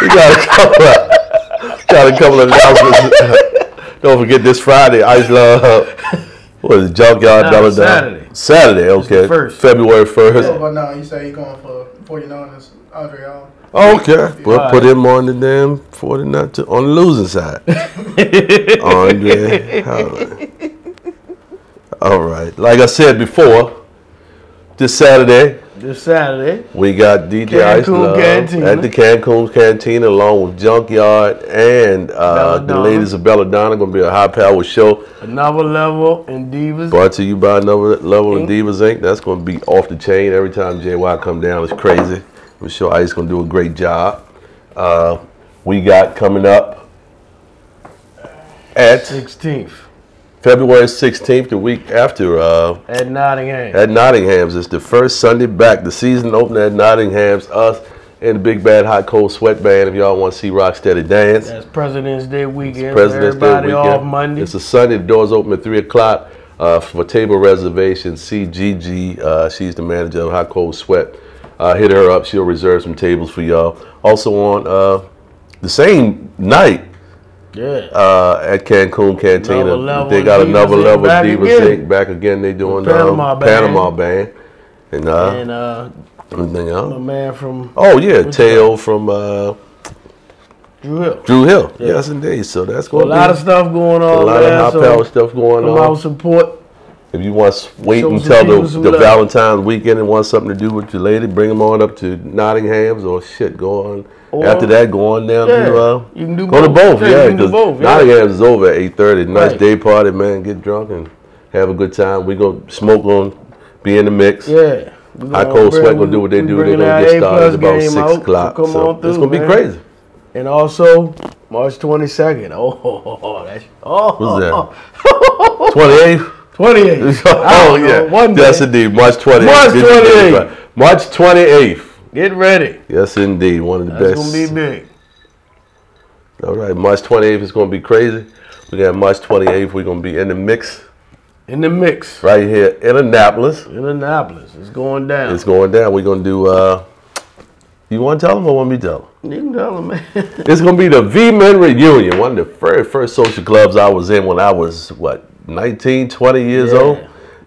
Speaker 1: we got a couple of got a couple of announcements. [LAUGHS] Don't forget this Friday, Ice Love. What is it, Junkyard
Speaker 2: No,
Speaker 1: Dollar
Speaker 2: Saturday.
Speaker 1: Down? Saturday, okay.
Speaker 2: first.
Speaker 1: February first.
Speaker 3: No, but no, he said he going for 49ers. Andre Holland.
Speaker 1: Okay. But
Speaker 2: Alright.
Speaker 1: put him on the damn 49 to, on the losing
Speaker 2: [LAUGHS]
Speaker 1: side. Andre Holland. All right. Like I said before, this Saturday,
Speaker 2: This Saturday.
Speaker 1: we got DJ Ice
Speaker 2: Cancun
Speaker 1: Love
Speaker 2: Cantina.
Speaker 1: at the Cancun Cantina along with Junkyard and uh, the
Speaker 2: Belladonna.
Speaker 1: ladies of Belladonna. Going to be a high powered show
Speaker 2: Another level in Divas.
Speaker 1: brought to you by Another Level and Divas Inc. That's going to be off the chain every time JY come down. It's crazy. I'm sure Ice going to do a great job. Uh, we got coming up at
Speaker 2: 16th
Speaker 1: February 16th, the week after uh,
Speaker 2: at Nottingham.
Speaker 1: at Nottingham's. It's the first Sunday back. The season opener at Nottingham's. Us and the Big Bad Hot Cold Sweat Band. If y'all want to see Rocksteady dance,
Speaker 2: That's President's Day weekend. so
Speaker 1: President's Day
Speaker 2: Everybody
Speaker 1: weekend.
Speaker 2: off Monday.
Speaker 1: It's a Sunday. The doors open at three o'clock uh, for table reservations. CGG. Uh, she's the manager of Hot Cold Sweat. Uh, hit her up. She'll reserve some tables for y'all. Also on uh, the same night
Speaker 2: yeah.
Speaker 1: uh, at Cancun Cantina,
Speaker 2: Another level
Speaker 1: they
Speaker 2: of
Speaker 1: got
Speaker 2: Divas
Speaker 1: another
Speaker 2: Inc.
Speaker 1: level
Speaker 2: back
Speaker 1: of Divas
Speaker 2: again.
Speaker 1: Inc. back again. They doing
Speaker 2: Panama
Speaker 1: um,
Speaker 2: Band.
Speaker 1: Panama band and, uh,
Speaker 2: and uh, um,
Speaker 1: everything
Speaker 2: my
Speaker 1: else.
Speaker 2: man from
Speaker 1: Oh yeah,
Speaker 2: What's
Speaker 1: Tail from uh,
Speaker 2: Drew Hill.
Speaker 1: Drew Hill.
Speaker 2: Yeah.
Speaker 1: Yes, indeed. So that's
Speaker 2: A
Speaker 1: going to be
Speaker 2: lot of stuff going on.
Speaker 1: a lot of
Speaker 2: man,
Speaker 1: high
Speaker 2: so
Speaker 1: power stuff going
Speaker 2: Come out
Speaker 1: on.
Speaker 2: support.
Speaker 1: If you want to wait
Speaker 2: Show some
Speaker 1: until
Speaker 2: people
Speaker 1: the,
Speaker 2: some
Speaker 1: the
Speaker 2: love.
Speaker 1: Valentine's weekend and want something to do with your lady, bring them on up to Nottingham's or shit, go on.
Speaker 2: Or-
Speaker 1: after that, go on down
Speaker 2: Yeah,
Speaker 1: to. Uh,
Speaker 2: you can do
Speaker 1: go
Speaker 2: both.
Speaker 1: to both,
Speaker 2: Yeah,
Speaker 1: yeah.
Speaker 2: you can do
Speaker 1: 'cause
Speaker 2: both, yeah.
Speaker 1: Nottingham's is over at 8.30. Nice
Speaker 2: Right.
Speaker 1: day party, man. Get drunk and have a good time. We go smoke on, be in the mix.
Speaker 2: Yeah. We
Speaker 1: High
Speaker 2: gonna
Speaker 1: Cold
Speaker 2: bring-
Speaker 1: Sweat gonna do what they
Speaker 2: we
Speaker 1: do. They're
Speaker 2: bringing our
Speaker 1: gonna get started
Speaker 2: A-plus
Speaker 1: about
Speaker 2: game
Speaker 1: six
Speaker 2: out, so
Speaker 1: o'clock.
Speaker 2: come
Speaker 1: so
Speaker 2: on
Speaker 1: it's
Speaker 2: through,
Speaker 1: gonna be
Speaker 2: man.
Speaker 1: crazy.
Speaker 2: And also March 22nd. Oh, [LAUGHS] that's oh,
Speaker 1: What's that? [LAUGHS]
Speaker 2: [LAUGHS]
Speaker 1: Twenty eighth.
Speaker 2: 28th.
Speaker 1: [LAUGHS] oh
Speaker 2: I don't
Speaker 1: yeah,
Speaker 2: know, one
Speaker 1: yes
Speaker 2: day.
Speaker 1: indeed. March twenty
Speaker 2: March 28th.
Speaker 1: March twenty eighth.
Speaker 2: Get ready.
Speaker 1: Yes indeed, one of the
Speaker 2: That's
Speaker 1: best.
Speaker 2: gonna be big.
Speaker 1: All right, March twenty eighth is gonna be crazy. We got March twenty eighth. We're gonna be in the mix
Speaker 2: In the mix.
Speaker 1: right here in Annapolis.
Speaker 2: In Annapolis. It's going down.
Speaker 1: It's going down. We're gonna do. uh You want to tell them or want me to tell them?
Speaker 2: you can tell 'em, [LAUGHS] man.
Speaker 1: It's gonna be the V Men reunion, one of the very first social clubs I was in when I was what 19, 20 years
Speaker 2: Yeah.
Speaker 1: old.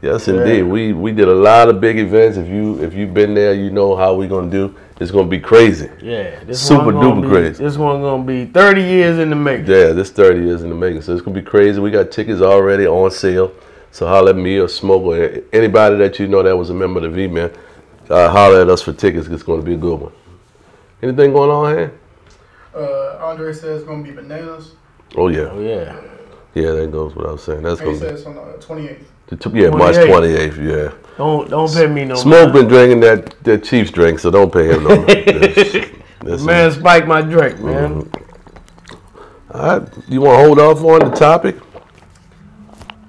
Speaker 1: Yes, indeed. We we did a lot of big events. If you if you've been there, you know how we're gonna do. It's gonna be crazy.
Speaker 2: Yeah, this
Speaker 1: Super
Speaker 2: one gonna
Speaker 1: duper
Speaker 2: be,
Speaker 1: crazy.
Speaker 2: This one gonna be 30 years in the making.
Speaker 1: Yeah, this 30 years in the making, so it's gonna be crazy. We got tickets already on sale. So holler at me or Smoke or anybody that you know that was a member of the V Men. Uh, holler at us for tickets. It's gonna be a good one. Anything going on here?
Speaker 3: Uh, Andre says it's gonna be bananas.
Speaker 1: Oh
Speaker 2: Oh
Speaker 1: yeah,
Speaker 2: yeah,
Speaker 1: yeah. That goes without saying. That's
Speaker 3: He
Speaker 1: gonna
Speaker 3: says
Speaker 1: be.
Speaker 3: it's on uh, the 28th.
Speaker 1: the tw- Yeah, March
Speaker 2: 28th.
Speaker 1: 28th. Yeah.
Speaker 2: don't don't pay me no
Speaker 1: Smoke been drinking that, that Chiefs drink, so don't pay him no
Speaker 2: [LAUGHS]
Speaker 1: mind. That's- that's-
Speaker 2: Man, spike my drink, man.
Speaker 1: Mm-hmm. All right, you want to hold off on the topic?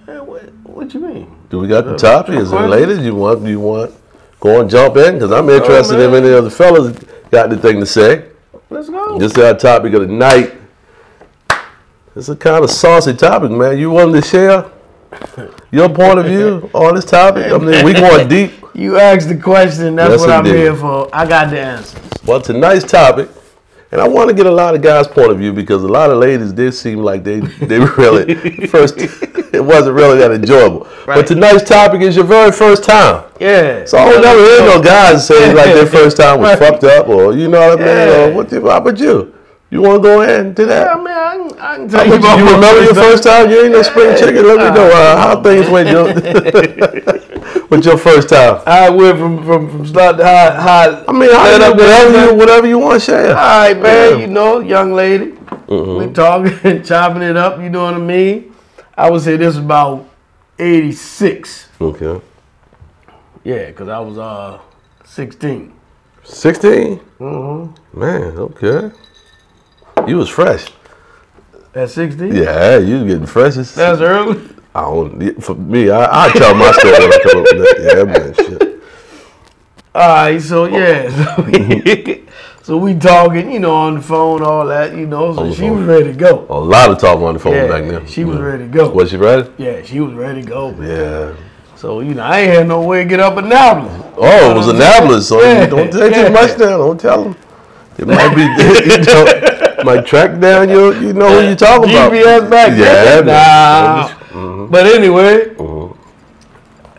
Speaker 2: Hey, what, what you mean?
Speaker 1: Do we got the topic? Is it
Speaker 2: question.
Speaker 1: related? You want? You want? Go and jump in because I'm interested if
Speaker 2: man.
Speaker 1: any of the fellas got anything to say.
Speaker 2: Let's go.
Speaker 1: This is our topic of the night. It's a kind of saucy topic, man. You willing to share your point of
Speaker 2: [LAUGHS]
Speaker 1: view on this topic? I mean, we going deep.
Speaker 2: you asked the question. That's
Speaker 1: Yes,
Speaker 2: what I'm
Speaker 1: indeed.
Speaker 2: here for. I got the answer.
Speaker 1: Well, tonight's topic, and I want to get a lot of guys' point of view because a lot of ladies did seem like they they
Speaker 2: [LAUGHS]
Speaker 1: really first it wasn't really that enjoyable.
Speaker 2: Right.
Speaker 1: But tonight's topic is your very first time.
Speaker 2: Yeah.
Speaker 1: So I don't never hear no guys say like their first time was
Speaker 2: [LAUGHS] Right.
Speaker 1: fucked up or you know what I mean
Speaker 2: Yeah.
Speaker 1: or what the, how about you? You want to go ahead and do
Speaker 2: Yeah,
Speaker 1: that?
Speaker 2: man, I can, I can tell
Speaker 1: You
Speaker 2: you about my
Speaker 1: remember your first time? You ain't no spring chicken. Let me know uh,
Speaker 2: Uh-huh.
Speaker 1: how things went
Speaker 2: [LAUGHS]
Speaker 1: your- with your first time.
Speaker 2: I went from from from start to high. high
Speaker 1: I mean, I,
Speaker 2: Let up Uh-huh.
Speaker 1: whatever
Speaker 2: the-
Speaker 1: you whatever you want to share.
Speaker 2: All right, man.
Speaker 1: Yeah. Mm-hmm.
Speaker 2: You know, young lady, we talking, [LAUGHS] chopping it up. You know what I mean? I would say this was about '86.
Speaker 1: Okay,
Speaker 2: Yeah, cause I was uh 16.
Speaker 1: 16
Speaker 2: Mm-hmm.
Speaker 1: Man, okay. You was fresh.
Speaker 2: At 16?
Speaker 1: Yeah, you was getting fresh. as-
Speaker 2: That's early.
Speaker 1: I don't. For me, I, I tell my story when I come up with that. Yeah, man, shit.
Speaker 2: All right, so yeah, so [LAUGHS] we, so we talking, you know, on the phone, all that, you know.
Speaker 1: On
Speaker 2: So
Speaker 1: the
Speaker 2: she
Speaker 1: phone.
Speaker 2: was ready to go.
Speaker 1: A lot of talk on the phone
Speaker 2: Yeah,
Speaker 1: back then.
Speaker 2: she was
Speaker 1: Yeah.
Speaker 2: ready to go.
Speaker 1: Was she ready?
Speaker 2: Yeah, she was ready to go. man.
Speaker 1: Yeah.
Speaker 2: So you know, I ain't had no way to get up and down.
Speaker 1: Oh, it was Annapolis, so
Speaker 2: Um, Yeah,
Speaker 1: you don't take
Speaker 2: yeah.
Speaker 1: too much down. Don't tell them. It might be, [LAUGHS] you know, might track down your, you know who you talking about.
Speaker 2: GPS back
Speaker 1: Yeah,
Speaker 2: then. Nah.
Speaker 1: man. Mm-hmm.
Speaker 2: But anyway,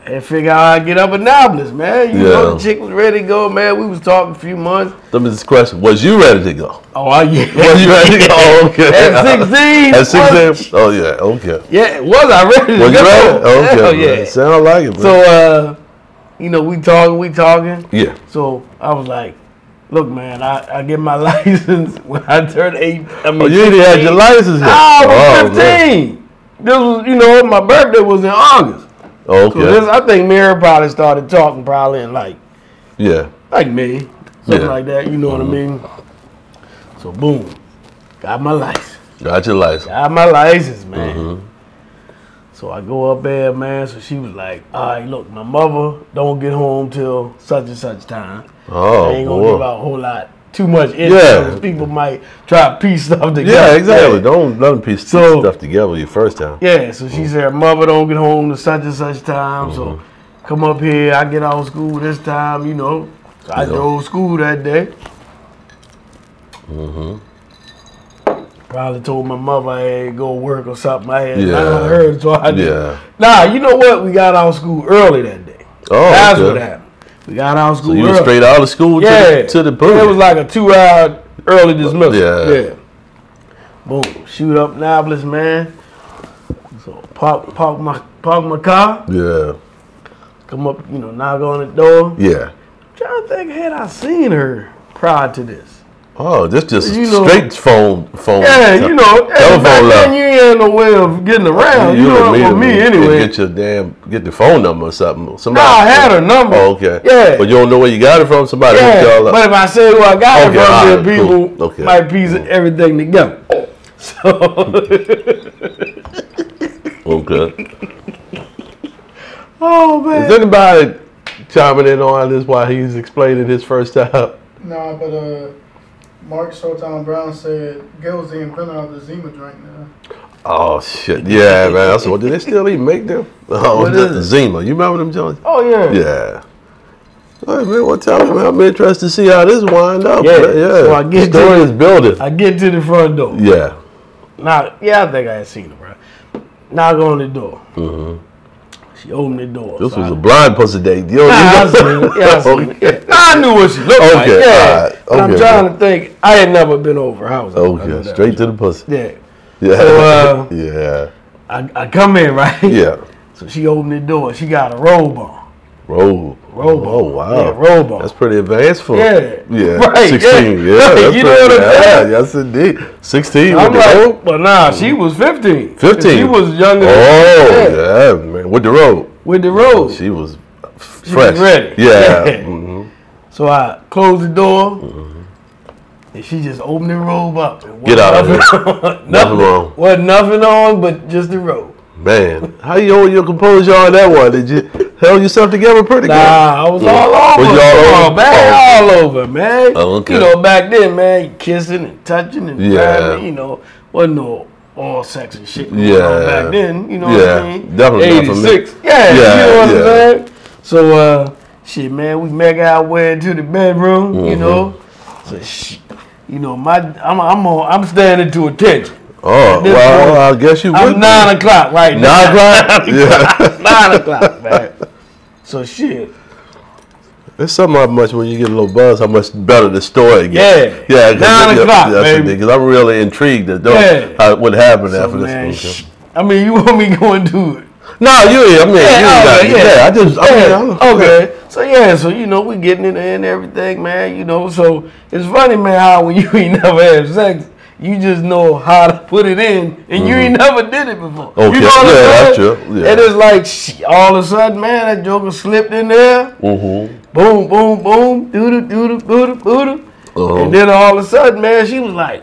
Speaker 2: and figure out how to get up in Annapolis, man. You know,
Speaker 1: Yeah.
Speaker 2: the chick was ready to go, man. We was talking a few months.
Speaker 1: Let me just question. Was you ready to
Speaker 2: [LAUGHS]
Speaker 1: go?
Speaker 2: Oh,
Speaker 1: [LAUGHS]
Speaker 2: I, yeah.
Speaker 1: Was you ready to go? Oh, okay.
Speaker 2: [LAUGHS] At 16?
Speaker 1: [LAUGHS] At
Speaker 2: What?
Speaker 1: 16? Oh, yeah, okay.
Speaker 2: Yeah, was I ready to
Speaker 1: Was
Speaker 2: go?
Speaker 1: you ready? Okay.
Speaker 2: Hell
Speaker 1: man.
Speaker 2: yeah.
Speaker 1: It sound like it. Man.
Speaker 2: So, uh, you know, we talking, we talking.
Speaker 1: yeah.
Speaker 2: So I was like, look, man, I, I get my [LAUGHS] license when I turn eight. I mean,
Speaker 1: Oh, you didn't have your
Speaker 2: 15.
Speaker 1: license yet.
Speaker 2: Ah, I was
Speaker 1: Oh, man.
Speaker 2: 15. This was, you know, my birthday was in August.
Speaker 1: Oh,
Speaker 2: So this,
Speaker 1: okay.
Speaker 2: I think Mary probably started talking probably in like,
Speaker 1: Yeah.
Speaker 2: like me, something
Speaker 1: Yeah. Uh-huh.
Speaker 2: like that. You know what I mean? So boom, got my license.
Speaker 1: Got your license.
Speaker 2: Got my license, man.
Speaker 1: Uh-huh.
Speaker 2: So I go up there, man. So she was like, all right, look, my mother don't get home till such and such time. I
Speaker 1: Oh,
Speaker 2: ain't gonna give
Speaker 1: boy.
Speaker 2: out a whole lot too much info.
Speaker 1: Yeah.
Speaker 2: 'cause People might try to piece stuff together.
Speaker 1: Yeah, exactly. Don't let them piece
Speaker 2: So-
Speaker 1: stuff together your first time.
Speaker 2: Yeah, so
Speaker 1: Oh.
Speaker 2: she said, Mother don't get home to such and such time, so come up here, I get out of school this time, you know. So I
Speaker 1: Yeah.
Speaker 2: drove school that day.
Speaker 1: Mm-hmm.
Speaker 2: Probably told my mother I had to go work or something. I had not
Speaker 1: Yeah.
Speaker 2: heard, so I did.
Speaker 1: Yeah.
Speaker 2: Nah, you know what? We got out of school early that day.
Speaker 1: Oh,
Speaker 2: That's what
Speaker 1: okay.
Speaker 2: happened. We got out of school
Speaker 1: So you
Speaker 2: early.
Speaker 1: were straight out of school
Speaker 2: Yeah.
Speaker 1: to, the, to the
Speaker 2: It was
Speaker 1: booth.
Speaker 2: like a two hour early dismissal.
Speaker 1: Yeah.
Speaker 2: Yeah. Boom. Shoot up Nablus, man. So park park my park my car,
Speaker 1: Yeah.
Speaker 2: come up, you know, knock on the door.
Speaker 1: Yeah.
Speaker 2: trying to think, had I seen her prior to this?
Speaker 1: Oh, this just
Speaker 2: You know-
Speaker 1: straight phone phone.
Speaker 2: Yeah, you know, hey,
Speaker 1: telephone
Speaker 2: back then
Speaker 1: level.
Speaker 2: you ain't had no way of getting around. You, know, with
Speaker 1: immediately
Speaker 2: me
Speaker 1: get-
Speaker 2: anyway.
Speaker 1: Get your damn get the phone number or something. Somebody.
Speaker 2: Nah, I had her number.
Speaker 1: Oh, okay.
Speaker 2: Yeah.
Speaker 1: But you don't know where you got it from. Somebody hooked
Speaker 2: Yeah,
Speaker 1: y'all up.
Speaker 2: but if I say who I got
Speaker 1: Okay,
Speaker 2: it from,
Speaker 1: alright,
Speaker 2: then people
Speaker 1: cool. Okay.
Speaker 2: might piece everything together. [LAUGHS]
Speaker 1: [LAUGHS]
Speaker 2: oh, So,
Speaker 1: okay.
Speaker 2: oh man,
Speaker 1: Is anybody chiming in on this while he's explaining his first time?
Speaker 3: Nah, but uh, Mark Showtime Brown said Gil's the inventor of the Zima drink now.
Speaker 1: Oh shit! Yeah, man. That's what. Do they still even make them? [LAUGHS] Oh,
Speaker 2: What is it?
Speaker 1: Zima. You remember them, Jones?
Speaker 2: oh yeah,
Speaker 1: Yeah. Hey man, what time? Man, I'm interested to see how this wind up.
Speaker 2: Yeah,
Speaker 1: man. yeah.
Speaker 2: so I get
Speaker 1: Story
Speaker 2: to-
Speaker 1: is building.
Speaker 2: I get to the front door.
Speaker 1: yeah.
Speaker 2: Now, yeah, I think I had seen her, bro. Knock on the door. She opened the door.
Speaker 1: Mm-hmm. This
Speaker 2: so
Speaker 1: was
Speaker 2: [LAUGHS] I-
Speaker 1: a blind pussy date. You don't
Speaker 2: Nah, I
Speaker 1: [LAUGHS] even-
Speaker 2: seen it. Yeah, I seen it. Yeah. Nah, I knew what she looked like.
Speaker 1: Okay,
Speaker 2: Yeah.
Speaker 1: alright,
Speaker 2: But I'm
Speaker 1: okay.
Speaker 2: trying to think. I had never been over her house.
Speaker 1: Oh yeah, straight to the pussy.
Speaker 2: Yeah.
Speaker 1: Yeah.
Speaker 2: So, uh,
Speaker 1: [LAUGHS] yeah.
Speaker 2: I, I come in, [LAUGHS] right?
Speaker 1: Yeah.
Speaker 2: So she opened the door. She got a robe on.
Speaker 1: Roll.
Speaker 2: Robe
Speaker 1: Oh
Speaker 2: on.
Speaker 1: wow.
Speaker 2: Yeah, robe on.
Speaker 1: That's pretty advanced for
Speaker 2: Yeah.
Speaker 1: Yeah.
Speaker 2: Right,
Speaker 1: Sixteen.
Speaker 2: yeah.
Speaker 1: Yeah.
Speaker 2: Right,
Speaker 1: that's
Speaker 2: [LAUGHS] you know
Speaker 1: pretty-
Speaker 2: what I'm
Speaker 1: yeah,
Speaker 2: saying?
Speaker 1: Yes, indeed. Sixteen.
Speaker 2: I'm
Speaker 1: with the robe?
Speaker 2: like, but nah, she was 15.
Speaker 1: 15.
Speaker 2: She was younger than that.
Speaker 1: Oh, yeah, man. With the robe.
Speaker 2: With the robe.
Speaker 1: She was fresh.
Speaker 2: ready.
Speaker 1: Yeah.
Speaker 2: [LAUGHS] Yeah.
Speaker 1: mhm.
Speaker 2: So I closed the door, and she just opened the robe up. and
Speaker 1: Mm-hmm. Get
Speaker 2: wasn't
Speaker 1: out of
Speaker 2: nothing [LAUGHS] on-
Speaker 1: Nothing wrong.
Speaker 2: Wasn't nothing on but just the robe.
Speaker 1: Man, how you hold your composure on that one? Did you held yourself together pretty
Speaker 2: Nah, I was
Speaker 1: Yeah.
Speaker 2: all over.
Speaker 1: Was you all
Speaker 2: Come on,
Speaker 1: over?
Speaker 2: man, all over, man.
Speaker 1: Oh, okay.
Speaker 2: You know, back then, man, you kissing and touching and
Speaker 1: Yeah.
Speaker 2: grabbing, you know, wasn't no all sex and shit going on
Speaker 1: Yeah.
Speaker 2: back then. You know what
Speaker 1: Yeah,
Speaker 2: I mean?
Speaker 1: definitely not for me.
Speaker 2: 86. Yeah,
Speaker 1: Yeah,
Speaker 2: you know what
Speaker 1: yeah.
Speaker 2: I'm saying? So, uh, shit, man, we make our way into the bedroom, you
Speaker 1: Mm-hmm.
Speaker 2: know. So, sh you know, my, I'm, I'm on, I'm standing to
Speaker 1: good?
Speaker 2: attention.
Speaker 1: Oh,
Speaker 2: this
Speaker 1: well,
Speaker 2: point,
Speaker 1: I guess you would.
Speaker 2: I'm
Speaker 1: be.
Speaker 2: nine o'clock right now. [LAUGHS]
Speaker 1: Nine o'clock? yeah.
Speaker 2: Nine o'clock, man. So shit.
Speaker 1: It's something how much when you get a little buzz, how much better the story gets.
Speaker 2: Yeah.
Speaker 1: Yeah. 'cause
Speaker 2: Nine
Speaker 1: that-
Speaker 2: o'clock,
Speaker 1: that's
Speaker 2: baby.
Speaker 1: Because I'm really intrigued at
Speaker 2: Yeah.
Speaker 1: yeah. how, what happened
Speaker 2: So,
Speaker 1: after
Speaker 2: man,
Speaker 1: this.
Speaker 2: sh- I mean, [LAUGHS] you want me going to it?
Speaker 1: No, you, I mean, you got,
Speaker 2: okay,
Speaker 1: Oh, yeah. I just, I mean, I'm-
Speaker 2: oh, Yeah, okay. So yeah, so you know, we getting it in everything, man. You know, so it's funny, man, how when [LAUGHS] you ain't never had sex, you just know how to put it in, and you ain't never did it before.
Speaker 1: Okay,
Speaker 2: You know what
Speaker 1: Mm-hmm. Oh, yeah,
Speaker 2: I'm
Speaker 1: that's
Speaker 2: saying?
Speaker 1: true, yeah.
Speaker 2: And it's like sh- all of a sudden, man, that joker slipped in there. Mm-hmm.
Speaker 1: Mhm.
Speaker 2: Boom, boom, boom, doodle, doodle, doodle, doodle.
Speaker 1: Uh-huh.
Speaker 2: And then all of a sudden, man, she was like,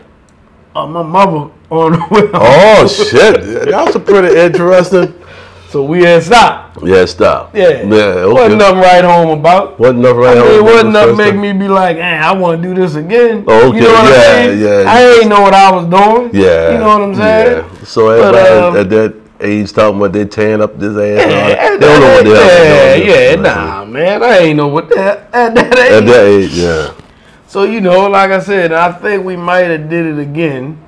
Speaker 2: "Oh, my mother on the way." home."
Speaker 1: Oh shit,
Speaker 2: [LAUGHS]
Speaker 1: that was a pretty interesting.
Speaker 2: So we had stopped.
Speaker 1: Yeah, stop.
Speaker 2: Yeah.
Speaker 1: yeah. Okay.
Speaker 2: Wasn't nothing right home about.
Speaker 1: Wasn't nothing right.
Speaker 2: I mean,
Speaker 1: on
Speaker 2: it
Speaker 1: the
Speaker 2: wasn't nothing
Speaker 1: first
Speaker 2: make
Speaker 1: time.
Speaker 2: me be like, eh, I want to do this again.
Speaker 1: Oh, okay.
Speaker 2: You know what
Speaker 1: Yeah,
Speaker 2: I mean?
Speaker 1: yeah.
Speaker 2: I ain't know what I was doing.
Speaker 1: Yeah.
Speaker 2: You know what I'm saying? [LAUGHS]
Speaker 1: Yeah. So
Speaker 2: But,
Speaker 1: everybody
Speaker 2: um,
Speaker 1: at that age talking about they tearing up this ass. and all
Speaker 2: Yeah,
Speaker 1: that. They don't know what the hell
Speaker 2: yeah,
Speaker 1: they're doing.
Speaker 2: yeah, nah, man, I ain't know what the hell [LAUGHS] at that age.
Speaker 1: At that age, yeah.
Speaker 2: So you know, like I said, I think we might have did it again.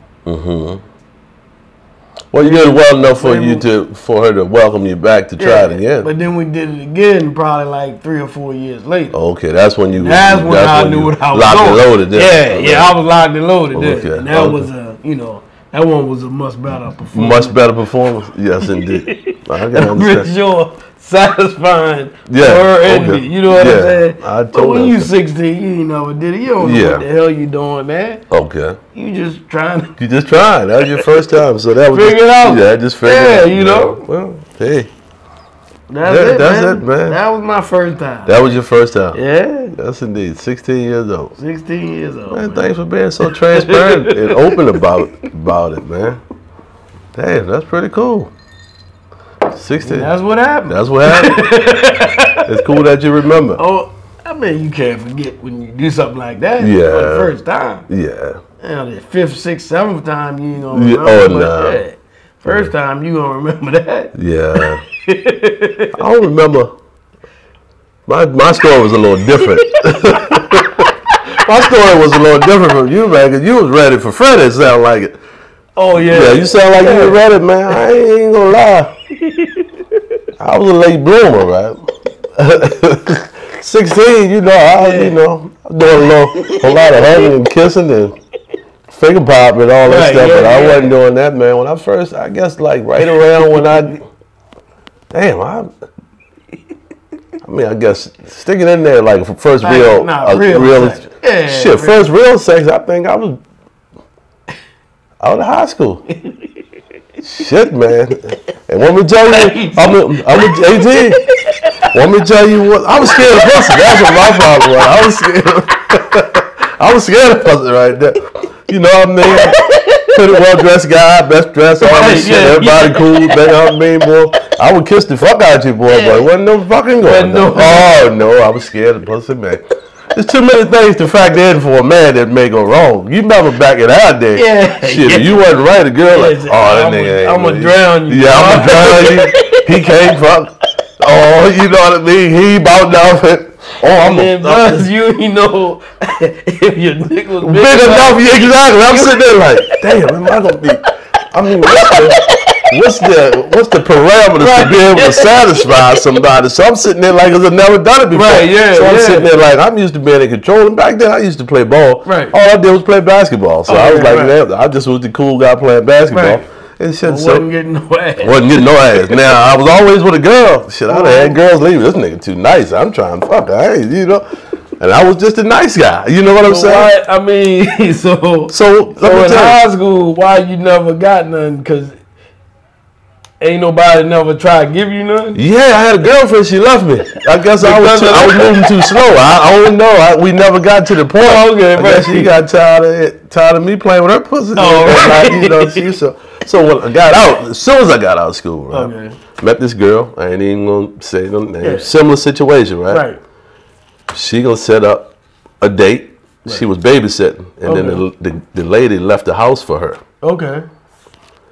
Speaker 1: Well, you did it well enough for
Speaker 2: Maybe-
Speaker 1: you to for her to welcome you back to try it again.
Speaker 2: But then we did it again, probably like three or four years later.
Speaker 1: okay, that's when you.
Speaker 2: That's when I
Speaker 1: you
Speaker 2: knew what I was
Speaker 1: Locked and
Speaker 2: doing.
Speaker 1: loaded. Then.
Speaker 2: Yeah, yeah, I was locked and loaded. Then.
Speaker 1: Okay,
Speaker 2: And that
Speaker 1: okay.
Speaker 2: was a, you know, that one was a much better performance.
Speaker 1: Much better performance. Yes,
Speaker 2: [LAUGHS]
Speaker 1: indeed. I can
Speaker 2: Rich
Speaker 1: understand.
Speaker 2: Shaw satisfying
Speaker 1: Yeah,
Speaker 2: her
Speaker 1: okay.
Speaker 2: envy. You know what
Speaker 1: Yeah,
Speaker 2: I'm saying?
Speaker 1: I
Speaker 2: but
Speaker 1: totally
Speaker 2: when you
Speaker 1: understand.
Speaker 2: 16, you ain't never did it. You don't know
Speaker 1: Yeah.
Speaker 2: what the hell you doing, man.
Speaker 1: Okay.
Speaker 2: You just trying to. [LAUGHS]
Speaker 1: You just tried. That was your first time, so that was
Speaker 2: Figure
Speaker 1: just,
Speaker 2: it out.
Speaker 1: Yeah, just figure
Speaker 2: Yeah,
Speaker 1: it out.
Speaker 2: you know?
Speaker 1: Well, hey,
Speaker 2: That's,
Speaker 1: Yeah,
Speaker 2: it,
Speaker 1: that's
Speaker 2: man.
Speaker 1: it, man.
Speaker 2: That was my first time.
Speaker 1: that was your first time.
Speaker 2: yeah,
Speaker 1: That's indeed. 16 years old.
Speaker 2: 16 years old.
Speaker 1: Man,
Speaker 2: man.
Speaker 1: thanks for being so transparent
Speaker 2: [LAUGHS]
Speaker 1: and open about about it, man. Damn, that's pretty cool. 16.
Speaker 2: That's what happened.
Speaker 1: That's what happened. it's cool that you remember.
Speaker 2: oh, I mean, you can't forget when you do something like that for the
Speaker 1: Yeah.
Speaker 2: first time.
Speaker 1: Yeah.
Speaker 2: You know, the fifth, sixth, seventh time you ain't gonna
Speaker 1: Yeah,
Speaker 2: remember.
Speaker 1: oh,
Speaker 2: but
Speaker 1: nah.
Speaker 2: yeah, First time you gonna remember that.
Speaker 1: Yeah. I don't remember. My my story was a little different. [LAUGHS] my story was a little different from you, man, because you was ready for Freddy, it sounded like it.
Speaker 2: Oh yeah.
Speaker 1: Yeah, you sound like you was ready, man. I ain't, ain't gonna lie. I was a late bloomer, right? [LAUGHS] Sixteen, you know, I you know, I'm doing a little a lot of hugging and kissing and finger pop and all that
Speaker 2: Right,
Speaker 1: stuff,
Speaker 2: yeah,
Speaker 1: but I
Speaker 2: yeah.
Speaker 1: wasn't doing that, man. When I first I guess like right around when I Damn, I. I mean, I guess sticking in there like for first
Speaker 2: Like,
Speaker 1: real,
Speaker 2: nah,
Speaker 1: uh,
Speaker 2: real sex. Yeah,
Speaker 1: shit.
Speaker 2: real.
Speaker 1: First real sex, I think I was out of high school. shit, man. And let me tell you, I'm a, I'm a, eighteen. Let me tell you what I was scared of pussy. That's what my problem was. I was scared. I was scared of [LAUGHS] pussy right there. You know what I mean? Pretty well dressed guy, best dressed, all
Speaker 2: Right,
Speaker 1: this shit.
Speaker 2: yeah,
Speaker 1: Everybody
Speaker 2: yeah.
Speaker 1: cool. They know what I mean, boy. I would kiss the fuck out you, boy, but it wasn't no fucking going.
Speaker 2: Wasn't no-
Speaker 1: No. Oh no, I was scared of pussy, man. There's too many things to factor in for a man that may go wrong. You remember back in our day,
Speaker 2: Yeah,
Speaker 1: shit,
Speaker 2: yeah.
Speaker 1: if you wasn't right, a girl like, oh,
Speaker 2: Yeah,
Speaker 1: that
Speaker 2: I'ma-
Speaker 1: nigga ain't
Speaker 2: I'ma
Speaker 1: with it."
Speaker 2: drown you.
Speaker 1: Yeah, I'm gonna drown you. He came from, oh, you know what I mean? He bought down it. Oh, I'm a,
Speaker 2: And
Speaker 1: I'm a
Speaker 2: plus, [LAUGHS] you ain't know if your dick was big,
Speaker 1: [LAUGHS] big enough, yeah, exactly. I'm sitting there like, damn, am I gonna be? I mean, what's the what's the what's the parameters to be able to satisfy somebody? So I'm sitting there like, 'Cause I've never done it before.
Speaker 2: Right, yeah,
Speaker 1: So I'm
Speaker 2: yeah.
Speaker 1: sitting there like, I'm used to being in control. And back then, I used to play ball.
Speaker 2: Right.
Speaker 1: All I did was play basketball. So I was
Speaker 2: right,
Speaker 1: like,
Speaker 2: right.
Speaker 1: damn, I just was the cool guy playing basketball.
Speaker 2: Right.
Speaker 1: And shit, so
Speaker 2: wasn't getting no ass.
Speaker 1: wasn't getting no
Speaker 2: [LAUGHS]
Speaker 1: ass. Now I was always with a girl. Shit, I done had girls leave. This nigga too nice. I'm trying to fuck. I ain't, you know. And I was just a nice guy. You know what I'm
Speaker 2: So
Speaker 1: saying?
Speaker 2: why- I mean, [LAUGHS] so
Speaker 1: So, let
Speaker 2: so
Speaker 1: me
Speaker 2: in
Speaker 1: tell you.
Speaker 2: high school, why you never got none? Because ain't nobody never tried to give you none.
Speaker 1: Yeah, I had a girlfriend. She left me. I guess I was
Speaker 2: Because
Speaker 1: too,
Speaker 2: of
Speaker 1: I was moving too slow. I, I don't know. I, we never got to the point.
Speaker 2: Oh, Okay,
Speaker 1: I guess
Speaker 2: right.
Speaker 1: she got tired of it, tired of me playing with her pussy.
Speaker 2: Oh,
Speaker 1: Like,
Speaker 2: right.
Speaker 1: you know, she so so when I got out, as soon as I got out of school, right,
Speaker 2: Okay.
Speaker 1: met this girl. I ain't even gonna say no name.
Speaker 2: Yeah.
Speaker 1: Similar situation, right?
Speaker 2: Right.
Speaker 1: she gonna set up a date. She was babysitting, and then the, the, the lady left the house for her.
Speaker 2: Okay.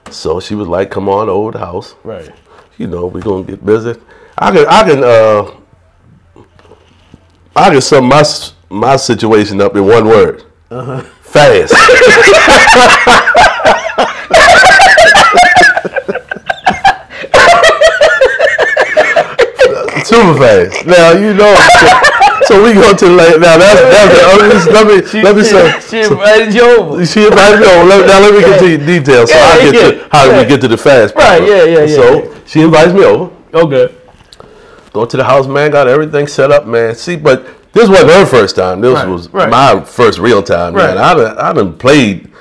Speaker 1: So she was like, "Come on over the house.
Speaker 2: Right.
Speaker 1: You know, we gonna get busy." I can I can uh I can sum my s- my situation up in one word.
Speaker 2: Uh-huh. [LAUGHS]
Speaker 1: Fast. Super fast. Now you know. So we go to like now. That's that's the, let me let me say
Speaker 2: [LAUGHS] She invited
Speaker 1: [LAUGHS]
Speaker 2: you over.
Speaker 1: she invited me over. Let, now let me get to the details. So I
Speaker 2: Yeah,
Speaker 1: get
Speaker 2: yeah,
Speaker 1: to how
Speaker 2: yeah.
Speaker 1: we get to the fast part.
Speaker 2: Right, yeah, yeah, yeah,
Speaker 1: So
Speaker 2: yeah.
Speaker 1: she invites me over.
Speaker 2: Okay.
Speaker 1: Go to the house, man. Got everything set up, man. See, but this wasn't her first time. This
Speaker 2: Right,
Speaker 1: was
Speaker 2: right.
Speaker 1: my first real time, man.
Speaker 2: Right.
Speaker 1: I done, I done played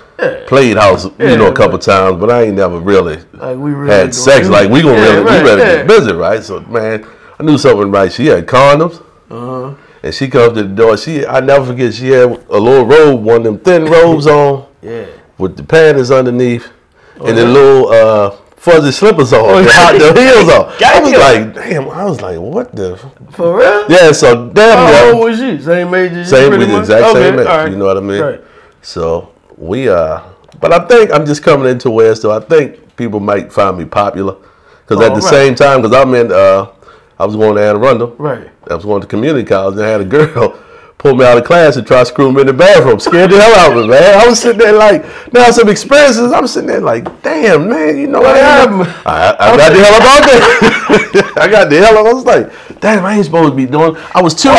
Speaker 1: played house, you
Speaker 2: Yeah,
Speaker 1: know, a couple times, but I ain't never really
Speaker 2: Like we really
Speaker 1: had
Speaker 2: gonna
Speaker 1: sex.
Speaker 2: do
Speaker 1: Like we gonna
Speaker 2: Yeah,
Speaker 1: really,
Speaker 2: right,
Speaker 1: we better
Speaker 2: yeah.
Speaker 1: get busy, right? So man, I knew something right. She had condoms.
Speaker 2: Uh-huh.
Speaker 1: And she comes to the door. She, I never forget. She had a little robe, one of them thin robes on
Speaker 2: Yeah.
Speaker 1: with the panties underneath
Speaker 2: Oh,
Speaker 1: and the little uh, fuzzy slippers on, [LAUGHS] the hot the heels
Speaker 2: [LAUGHS]
Speaker 1: on. I was
Speaker 2: Gotcha.
Speaker 1: like, damn, I was like, what the? F-?
Speaker 2: For real?
Speaker 1: Yeah, so damn,
Speaker 2: How
Speaker 1: well,
Speaker 2: old was you? Same age as you?
Speaker 1: same
Speaker 2: Oh, pretty
Speaker 1: with the
Speaker 2: much?
Speaker 1: exact
Speaker 2: Okay,
Speaker 1: same age.
Speaker 2: all right.
Speaker 1: You know what I mean?
Speaker 2: Right.
Speaker 1: So we uh, but I think I'm just coming into where so I think people might find me popular because at
Speaker 2: Oh,
Speaker 1: the
Speaker 2: right.
Speaker 1: same time, because I'm in uh, I was going to Anne Arundel,
Speaker 2: Right.
Speaker 1: I was going to community college and I had a girl [LAUGHS] pull me out of class and try to screw me in the bathroom. Scared the hell out of me, man. I was sitting there like, now some experiences, I'm sitting there like, damn, man, you know what
Speaker 2: happened?
Speaker 1: happened? I, I got the hell about that. [LAUGHS] I got the hell up. I was like, damn, I ain't supposed to be doing I was too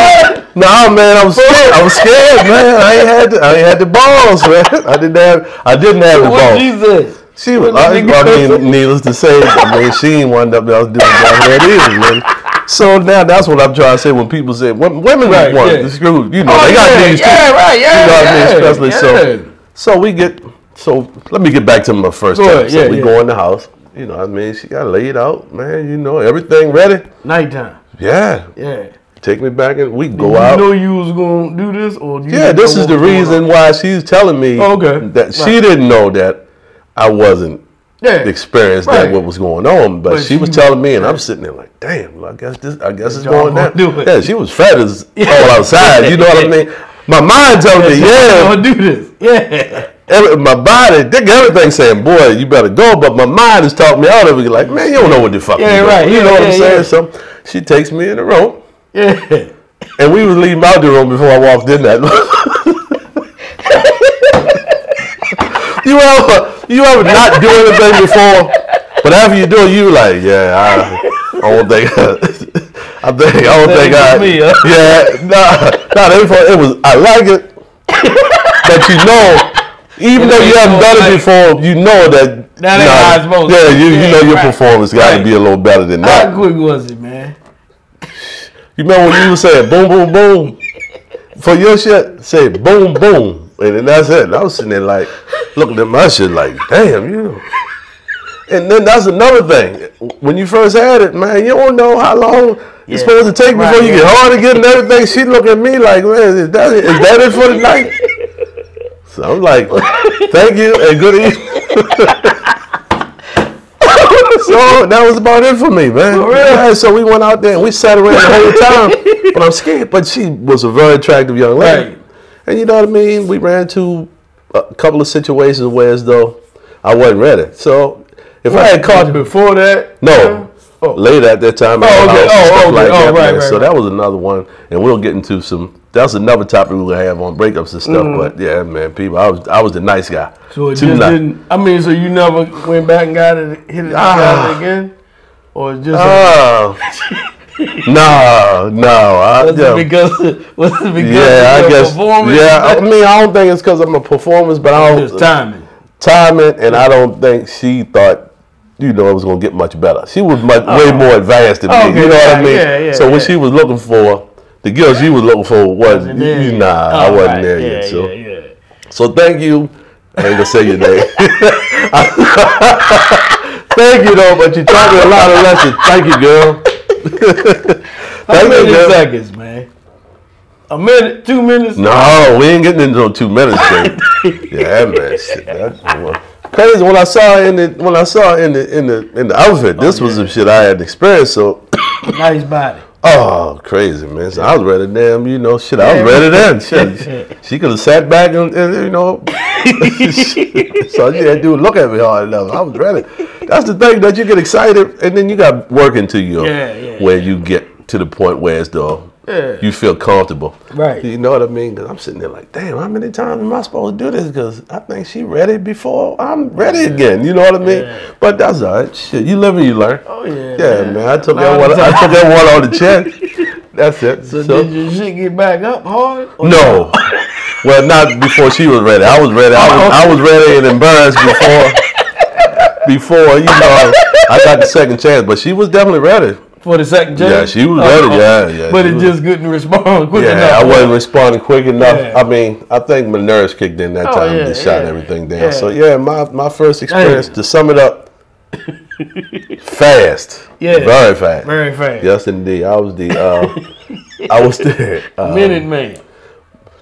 Speaker 1: Nah man, I was scared. I was scared, man. I ain't had the, I ain't had the balls, man. [LAUGHS] I didn't have I didn't have the
Speaker 2: What
Speaker 1: balls.
Speaker 2: Jesus?
Speaker 1: She was,
Speaker 2: What
Speaker 1: I,
Speaker 2: did you
Speaker 1: I
Speaker 2: go
Speaker 1: mean, needless to say, I mean, she ain't wound up that I was doing down there either, man. So now that's what I'm trying to say when people say women, women
Speaker 2: Right,
Speaker 1: want
Speaker 2: yeah.
Speaker 1: to screw, you know,
Speaker 2: Oh,
Speaker 1: they got
Speaker 2: yeah,
Speaker 1: these
Speaker 2: yeah,
Speaker 1: too.
Speaker 2: right, yeah,
Speaker 1: you know what I mean?
Speaker 2: yeah,
Speaker 1: Especially
Speaker 2: yeah.
Speaker 1: so, so we get, so let me get back to my first
Speaker 2: Go
Speaker 1: time.
Speaker 2: ahead,
Speaker 1: so
Speaker 2: yeah,
Speaker 1: we
Speaker 2: yeah.
Speaker 1: go in the house, you know, what I mean, she got laid out, man, you know, everything ready.
Speaker 2: Nighttime.
Speaker 1: Yeah,
Speaker 2: Yeah.
Speaker 1: take me back and we go
Speaker 2: you
Speaker 1: out.
Speaker 2: know you was gonna do this, or you
Speaker 1: Yeah,
Speaker 2: didn't
Speaker 1: this
Speaker 2: know
Speaker 1: is
Speaker 2: what
Speaker 1: the
Speaker 2: was going
Speaker 1: reason
Speaker 2: on?
Speaker 1: why she's telling me
Speaker 2: Oh, okay.
Speaker 1: that she
Speaker 2: Right.
Speaker 1: didn't know that I wasn't
Speaker 2: Yeah.
Speaker 1: experience
Speaker 2: Right.
Speaker 1: that what was going on. But,
Speaker 2: But
Speaker 1: she was
Speaker 2: she-
Speaker 1: telling me, and I'm sitting there like, damn, well, I guess this, I guess it's
Speaker 2: Y'all
Speaker 1: going
Speaker 2: gonna
Speaker 1: down.
Speaker 2: do it.
Speaker 1: Yeah, she was fat
Speaker 2: [LAUGHS]
Speaker 1: as all outside. You know what I mean? My mind telling me,
Speaker 2: [LAUGHS] Y'all
Speaker 1: yeah,
Speaker 2: gonna do this. Yeah.
Speaker 1: every, my body, think everything's saying, boy, you better go. But my mind is talking me out of it. Like, man, you don't know what the fuck.
Speaker 2: Yeah,
Speaker 1: you doing.
Speaker 2: right.
Speaker 1: You
Speaker 2: Yeah,
Speaker 1: know what I'm saying?
Speaker 2: yeah, yeah.
Speaker 1: So she takes me in the room,
Speaker 2: Yeah.
Speaker 1: and we was leaving out the room before I walked in that. [LAUGHS] You ever you ever not do anything before, but after you do it, you like, yeah, I, I don't think, [LAUGHS] I think, I don't think,
Speaker 2: Think it's
Speaker 1: I,
Speaker 2: me, huh?
Speaker 1: yeah, nah, nah, it was, it was, I like it, but you know, Even
Speaker 2: It
Speaker 1: though you
Speaker 2: ain't
Speaker 1: haven't
Speaker 2: no
Speaker 1: done it
Speaker 2: like-
Speaker 1: before, you know that.
Speaker 2: That ain't how it's supposed to
Speaker 1: Yeah,
Speaker 2: be.
Speaker 1: you, you
Speaker 2: Yeah,
Speaker 1: know your
Speaker 2: right,
Speaker 1: performance got to
Speaker 2: right.
Speaker 1: be a little better than
Speaker 2: How
Speaker 1: that.
Speaker 2: quick was it, man?
Speaker 1: You remember when you was saying boom, boom, boom for your shit? Say boom, boom, and then that's it. And I was sitting there like looking at my shit like, damn, you. And then that's another thing. When you first had it, man, you don't know how long it's
Speaker 2: Yeah.
Speaker 1: supposed to take
Speaker 2: Right,
Speaker 1: before you
Speaker 2: yeah.
Speaker 1: get hard again and everything. She look at me like, man, is that it, is that it for the night? So I'm like, thank you and good evening. so that was about it for me, man.
Speaker 2: For real?
Speaker 1: Yeah, so we went out there and we sat around the whole time. but I'm scared. But she was a very attractive young lady.
Speaker 2: Right.
Speaker 1: And you know what I mean? We ran into a couple of situations where as though I wasn't ready. So if I had caught
Speaker 2: before that.
Speaker 1: no, later at that time.
Speaker 2: Oh,
Speaker 1: I
Speaker 2: okay.
Speaker 1: allowed some
Speaker 2: Oh,
Speaker 1: stuff
Speaker 2: okay. Oh,
Speaker 1: that,
Speaker 2: right,
Speaker 1: man.
Speaker 2: right,
Speaker 1: So
Speaker 2: right.
Speaker 1: that was another one, and we'll get into some. That's another topic we're gonna have on breakups and stuff. But yeah, man, people, I was I was the nice guy.
Speaker 2: Mm. So it
Speaker 1: Too
Speaker 2: just
Speaker 1: nice.
Speaker 2: didn't. I mean, so you never went back and got it, hit it, got it
Speaker 1: Ah.
Speaker 2: again, or it's just [LAUGHS]
Speaker 1: Oh, no, no, I,
Speaker 2: was
Speaker 1: yeah.
Speaker 2: it because [LAUGHS] was it because
Speaker 1: yeah,
Speaker 2: of
Speaker 1: I
Speaker 2: your
Speaker 1: guess.
Speaker 2: performance?
Speaker 1: Yeah, I mean, I don't think it's because I'm a performance, but I
Speaker 2: Just
Speaker 1: don't
Speaker 2: timing.
Speaker 1: time it, and I don't think she thought, you know, it was gonna get much better. She was much, way more advanced than
Speaker 2: Uh-huh. Okay,
Speaker 1: me. You know what
Speaker 2: yeah,
Speaker 1: I mean?
Speaker 2: yeah, yeah,
Speaker 1: so what
Speaker 2: yeah.
Speaker 1: she was looking for, the girl she was looking for was
Speaker 2: Wasn't there
Speaker 1: you,
Speaker 2: yet.
Speaker 1: nah, I
Speaker 2: Oh,
Speaker 1: wasn't
Speaker 2: right.
Speaker 1: there
Speaker 2: yeah,
Speaker 1: yet. So,
Speaker 2: yeah, yeah.
Speaker 1: so thank you. I ain't gonna say your name. [LAUGHS] thank you though, but you taught me a lot of lessons. Thank you, girl. [LAUGHS]
Speaker 2: How
Speaker 1: thank you,
Speaker 2: many
Speaker 1: girl.
Speaker 2: seconds, man? A minute, two minutes.
Speaker 1: No, we ain't getting into no two minutes
Speaker 2: [LAUGHS]
Speaker 1: thing. yeah, man. Shit, that's the one. Crazy when I saw her in the when I saw her in the in the in the outfit. This was
Speaker 2: Oh, yeah.
Speaker 1: some shit I had experienced. So, [CLEARS THROAT]
Speaker 2: Nice body.
Speaker 1: oh, crazy man. So I was ready, damn. You know, shit. I
Speaker 2: Yeah.
Speaker 1: was ready
Speaker 2: [LAUGHS]
Speaker 1: then. Shit, she could have sat back and, and, you know. [LAUGHS] so she didn't do look at me hard enough. I was ready. That's the thing that you get excited and then you got work into you
Speaker 2: Yeah, yeah,
Speaker 1: where you get to the point where it's though
Speaker 2: Yeah.
Speaker 1: you feel comfortable.
Speaker 2: Right.
Speaker 1: You know what I mean? Because I'm sitting there like, damn, how many times am I supposed to do this? Because I think she ready before I'm ready again. You know what I mean?
Speaker 2: Yeah.
Speaker 1: But that's all right. Shit, you live and you learn.
Speaker 2: Oh yeah.
Speaker 1: yeah, man. I took that
Speaker 2: Lot
Speaker 1: one.
Speaker 2: of
Speaker 1: I
Speaker 2: times.
Speaker 1: took that one on the
Speaker 2: [LAUGHS]
Speaker 1: chin. That's it.
Speaker 2: So, did your shit get back up hard? Or
Speaker 1: No. well, not before she was ready. I was ready. I was, I was ready and embarrassed before. before you know, I got the second chance, but she was definitely ready.
Speaker 2: For the second chance?
Speaker 1: Yeah, she was
Speaker 2: Oh,
Speaker 1: ready.
Speaker 2: oh.
Speaker 1: Yeah, yeah,
Speaker 2: But
Speaker 1: she
Speaker 2: it
Speaker 1: was-
Speaker 2: just couldn't respond [LAUGHS] quick
Speaker 1: Yeah,
Speaker 2: enough.
Speaker 1: I wasn't responding quick enough.
Speaker 2: Yeah.
Speaker 1: I mean, I think my nerves kicked in that
Speaker 2: Oh,
Speaker 1: time
Speaker 2: yeah,
Speaker 1: and just shot
Speaker 2: yeah.
Speaker 1: everything down.
Speaker 2: Yeah.
Speaker 1: So yeah, my my first experience. To sum it up, fast.
Speaker 2: [LAUGHS] Yeah.
Speaker 1: very fast.
Speaker 2: Very fast.
Speaker 1: Yes, indeed. I was the. Uh, I
Speaker 2: [LAUGHS]
Speaker 1: was the uh,
Speaker 2: Minute man.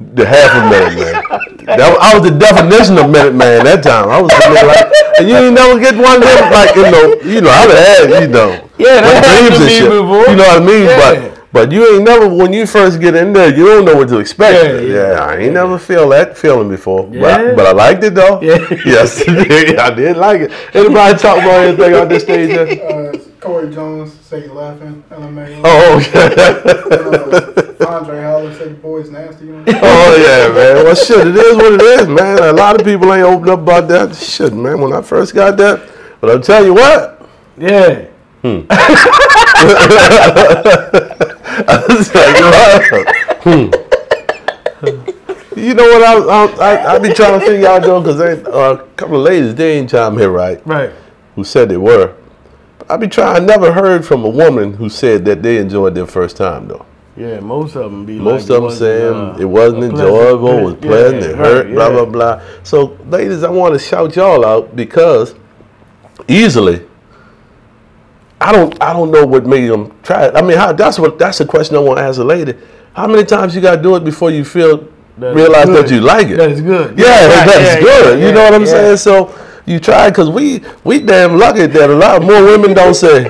Speaker 1: the half a minute man.
Speaker 2: [LAUGHS]
Speaker 1: That was, I was the definition of minute man that time. I was sitting there like, and you ain't never get one of them like you know, you know, I've had you know,
Speaker 2: Yeah, that
Speaker 1: my
Speaker 2: happened to me before.
Speaker 1: You know what I mean?
Speaker 2: Yeah.
Speaker 1: But but you ain't never when you first get in there, you don't know what to expect.
Speaker 2: Yeah,
Speaker 1: Yeah,
Speaker 2: yeah.
Speaker 1: I ain't never feel that feeling before. But,
Speaker 2: Yeah.
Speaker 1: I, but I liked it though.
Speaker 2: Yeah.
Speaker 1: [LAUGHS] Yes, I did like it. Anybody talk about anything on this stage? there?
Speaker 2: [LAUGHS]
Speaker 3: Uh, Corey Jones, say you laughing. LMAO.
Speaker 1: [LAUGHS] Oh, okay.
Speaker 3: Uh, Andre Holland said boys nasty. You
Speaker 1: [LAUGHS]
Speaker 3: know?
Speaker 1: Oh yeah, man. Well, shit, it is what it is, man. A lot of people ain't opened up about that. Shit, man. When I first got that, but I'll tell you what. [LAUGHS]
Speaker 2: Yeah.
Speaker 1: I was like, hmm. uh, You know what? I I, I I be trying to figure out though, because uh, a couple of ladies they ain't chime here right,
Speaker 2: Right.
Speaker 1: who said they were. But I be trying. I never heard from a woman who said that they enjoyed their first time though.
Speaker 2: Yeah, most of them be
Speaker 1: Most
Speaker 2: like
Speaker 1: of them saying
Speaker 2: wasn't, uh,
Speaker 1: it wasn't
Speaker 2: a pleasant
Speaker 1: enjoyable, it was
Speaker 2: experience.
Speaker 1: pleasant, it
Speaker 2: Yeah,
Speaker 1: hurt,
Speaker 2: right,
Speaker 1: blah
Speaker 2: yeah.
Speaker 1: blah blah. So, ladies, I want to shout y'all out because easily, I don't, I don't know what made them try it. I mean, how, that's what that's the question I want to ask a lady. How many times you gotta do it before you feel
Speaker 2: That is
Speaker 1: realize that
Speaker 2: good.
Speaker 1: you like it?
Speaker 2: That is good.
Speaker 1: Yeah,
Speaker 2: Right,
Speaker 1: that's
Speaker 2: yeah,
Speaker 1: good.
Speaker 2: yeah,
Speaker 1: you know what I'm
Speaker 2: yeah.
Speaker 1: saying? So you try because we we damn lucky that a lot more women don't say,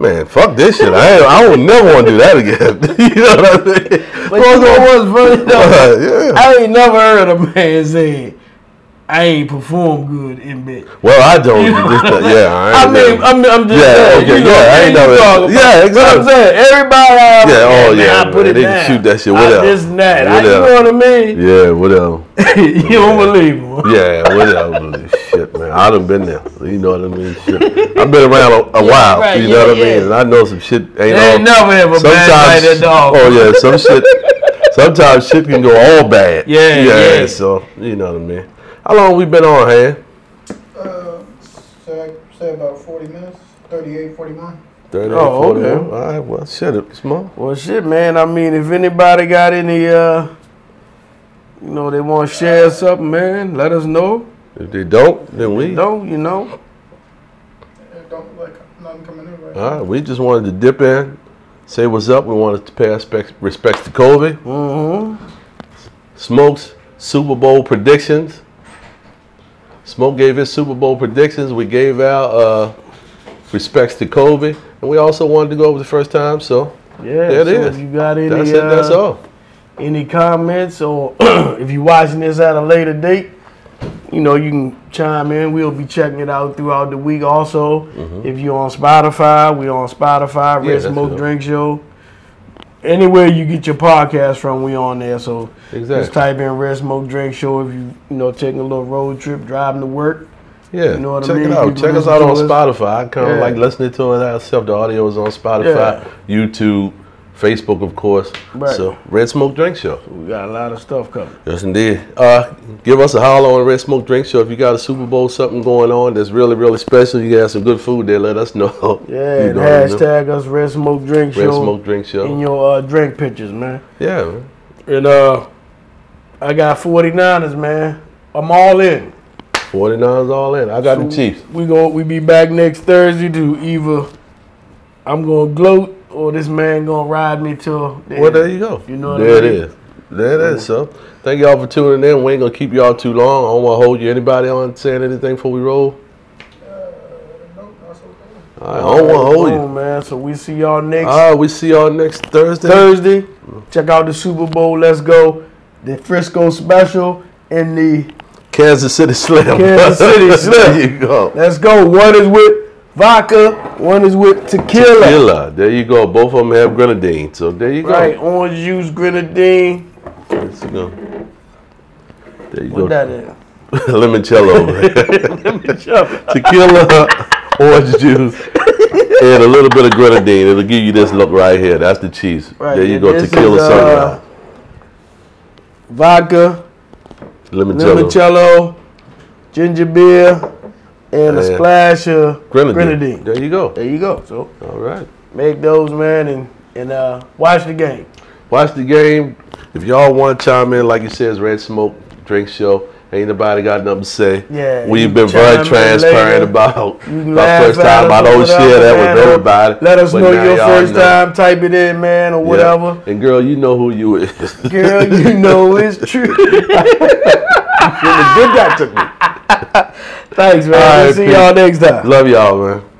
Speaker 1: "Man, fuck this shit. I ain't, I don't never want to do that again." [LAUGHS] you know what I mean?
Speaker 2: But you know what's
Speaker 1: [LAUGHS]
Speaker 2: funny though?
Speaker 1: yeah.
Speaker 2: I ain't never heard a man say, I ain't performed good in bed.
Speaker 1: well, I don't.
Speaker 2: You know
Speaker 1: just,
Speaker 2: what I'm
Speaker 1: yeah,
Speaker 2: I
Speaker 1: I ain't
Speaker 2: mean,
Speaker 1: never-
Speaker 2: I'm, I'm just
Speaker 1: Yeah,
Speaker 2: saying,
Speaker 1: okay,
Speaker 2: you know,
Speaker 1: yeah, I ain't
Speaker 2: you
Speaker 1: never-
Speaker 2: talking about.
Speaker 1: yeah,
Speaker 2: I'm
Speaker 1: exactly.
Speaker 2: saying everybody. Yeah,
Speaker 1: Yeah, oh,
Speaker 2: man,
Speaker 1: yeah,
Speaker 2: I put
Speaker 1: man,
Speaker 2: it
Speaker 1: they can
Speaker 2: down.
Speaker 1: shoot that shit,
Speaker 2: I
Speaker 1: whatever.
Speaker 2: this and that. I, you
Speaker 1: Whatever.
Speaker 2: know what I mean?
Speaker 1: yeah, whatever.
Speaker 2: [LAUGHS] you unbelievable.
Speaker 1: Yeah, whatever. shit, man. I done been there. You know what I mean? Shit. I've been around a, a while.
Speaker 2: right,
Speaker 1: you
Speaker 2: [LAUGHS] yeah,
Speaker 1: know what I
Speaker 2: yeah.
Speaker 1: mean? And I know some shit ain't
Speaker 2: They
Speaker 1: all.
Speaker 2: ain't never have a bad night at the
Speaker 1: oh
Speaker 2: office. [LAUGHS]
Speaker 1: yeah, some shit. sometimes shit can go all bad.
Speaker 2: Yeah, yeah.
Speaker 1: So you know what I mean. How long we been on, hand?
Speaker 3: Uh, say, say about 40 minutes, 38, 41.
Speaker 1: Thirty.
Speaker 2: Oh,
Speaker 1: 40.
Speaker 2: okay.
Speaker 1: All right. Well, shut up, small.
Speaker 2: Well, shit, man. I mean, if anybody got any, uh, you know, they want to share something, man, let us know.
Speaker 1: If they don't, then we.
Speaker 2: No, you know.
Speaker 3: It don't look like nothing coming in right
Speaker 1: All right. We just wanted to dip in, say what's up. We wanted to pay our specs, respects to Kobe.
Speaker 2: Mm-hmm.
Speaker 1: Smoke's Super Bowl predictions. Smoke gave his Super Bowl predictions. We gave our uh, respects to Kobe, and we also wanted to go over the first time. So
Speaker 2: Yeah.
Speaker 1: There it
Speaker 2: so
Speaker 1: is.
Speaker 2: If you got any,
Speaker 1: that's it. That's
Speaker 2: uh,
Speaker 1: all.
Speaker 2: any comments or [CLEARS THROAT] if you're watching this at a later date, you know, you can chime in. We'll be checking it out throughout the week. Also, if you're on Spotify, we're on Spotify,
Speaker 1: Mm-hmm. Yeah,
Speaker 2: Red
Speaker 1: that's
Speaker 2: Smoke
Speaker 1: it.
Speaker 2: Drink Show. Anywhere you get your podcast from, we on there. So just
Speaker 1: Exactly.
Speaker 2: type in Red Smoke Drink Show if you, you know, taking a little road trip, driving to work.
Speaker 1: Yeah,
Speaker 2: You know what I
Speaker 1: check
Speaker 2: mean?
Speaker 1: it out.
Speaker 2: People
Speaker 1: Check us
Speaker 2: listen
Speaker 1: out
Speaker 2: to
Speaker 1: on
Speaker 2: us.
Speaker 1: Spotify. I kind of
Speaker 2: Yeah.
Speaker 1: like listening to it myself. The audio is on Spotify, YouTube, Facebook, of course.
Speaker 2: Right.
Speaker 1: So Red Smoke Drink Show.
Speaker 2: We got a lot of stuff coming.
Speaker 1: Yes, indeed. Uh, give us a holler on Red Smoke Drink Show if you got a Super Bowl something going on that's really really special. You got some good food there. Let us [LAUGHS] know.
Speaker 2: Yeah,
Speaker 1: You
Speaker 2: and
Speaker 1: know what I mean?
Speaker 2: hashtag us Red Smoke Drink
Speaker 1: Red
Speaker 2: Show
Speaker 1: Smoke Drink
Speaker 2: in
Speaker 1: Show.
Speaker 2: your uh, drink pictures, man.
Speaker 1: Yeah, man.
Speaker 2: And uh, I got 49ers, man. I'm all in.
Speaker 1: 49's all in. I got the Chiefs.
Speaker 2: We go. We be back next Thursday to either I'm gonna gloat or this man gonna ride me till. the
Speaker 1: Well,
Speaker 2: end.
Speaker 1: there you go.
Speaker 2: You know what I
Speaker 1: there
Speaker 2: mean?
Speaker 1: it is. There it is. So, thank y'all for tuning in. We ain't gonna keep y'all too long. I don't want to hold you. Anybody on saying anything before we roll?
Speaker 2: Uh,
Speaker 3: now. Nope, that's okay.
Speaker 1: All right, I don't want to hold you.
Speaker 2: Boom, man. So we see y'all next
Speaker 1: Ah, we see y'all next Thursday.
Speaker 2: Thursday. Check out the Super Bowl. Let's go. The Frisco special and the
Speaker 1: Kansas City Slam.
Speaker 2: Kansas City
Speaker 1: [LAUGHS]
Speaker 2: Slam.
Speaker 1: there you go.
Speaker 2: Let's go. One is with vodka. One is with tequila.
Speaker 1: Killer. There you go. Both of them have grenadine. So there you go.
Speaker 2: Right. Orange juice, grenadine.
Speaker 1: Let's go. There you [LAUGHS]
Speaker 2: What that
Speaker 1: go.
Speaker 2: is?
Speaker 1: Limoncello.
Speaker 2: Chuck. [LAUGHS]
Speaker 1: Tequila, orange juice, and a little bit of grenadine. It'll give you this look right here. That's the cheese.
Speaker 2: Right,
Speaker 1: There you
Speaker 2: and
Speaker 1: go.
Speaker 2: this
Speaker 1: Tequila
Speaker 2: is, uh,
Speaker 1: sunrise.
Speaker 2: Vodka,
Speaker 1: Limoncello.
Speaker 2: limoncello, ginger beer, and a
Speaker 1: Yeah.
Speaker 2: splash of
Speaker 1: Grenadine.
Speaker 2: grenadine.
Speaker 1: There you go.
Speaker 2: There you go. So
Speaker 1: All right.
Speaker 2: make those, man, and, and uh, watch the game.
Speaker 1: Watch the game. If y'all want to chime in, like you said, it's Red Smoke Drink Show. Ain't nobody got nothing to say.
Speaker 2: Yeah, you
Speaker 1: We've been
Speaker 2: can
Speaker 1: very
Speaker 2: chime in
Speaker 1: transparent
Speaker 2: later.
Speaker 1: about
Speaker 2: You can
Speaker 1: my
Speaker 2: laugh
Speaker 1: first
Speaker 2: at
Speaker 1: time.
Speaker 2: us
Speaker 1: I
Speaker 2: or
Speaker 1: don't
Speaker 2: whatever,
Speaker 1: share that
Speaker 2: man,
Speaker 1: with
Speaker 2: or
Speaker 1: everybody.
Speaker 2: Let us
Speaker 1: but
Speaker 2: know
Speaker 1: now
Speaker 2: your
Speaker 1: y'all
Speaker 2: first
Speaker 1: know.
Speaker 2: time. Type it in, man, or
Speaker 1: Yeah.
Speaker 2: whatever.
Speaker 1: And girl, you know who you is. Shouldn't [LAUGHS]
Speaker 2: Girl, you know it's true.
Speaker 1: have did that to me.
Speaker 2: Thanks, man.
Speaker 1: All right,
Speaker 2: see
Speaker 1: peace.
Speaker 2: y'all next time.
Speaker 1: Love y'all, man.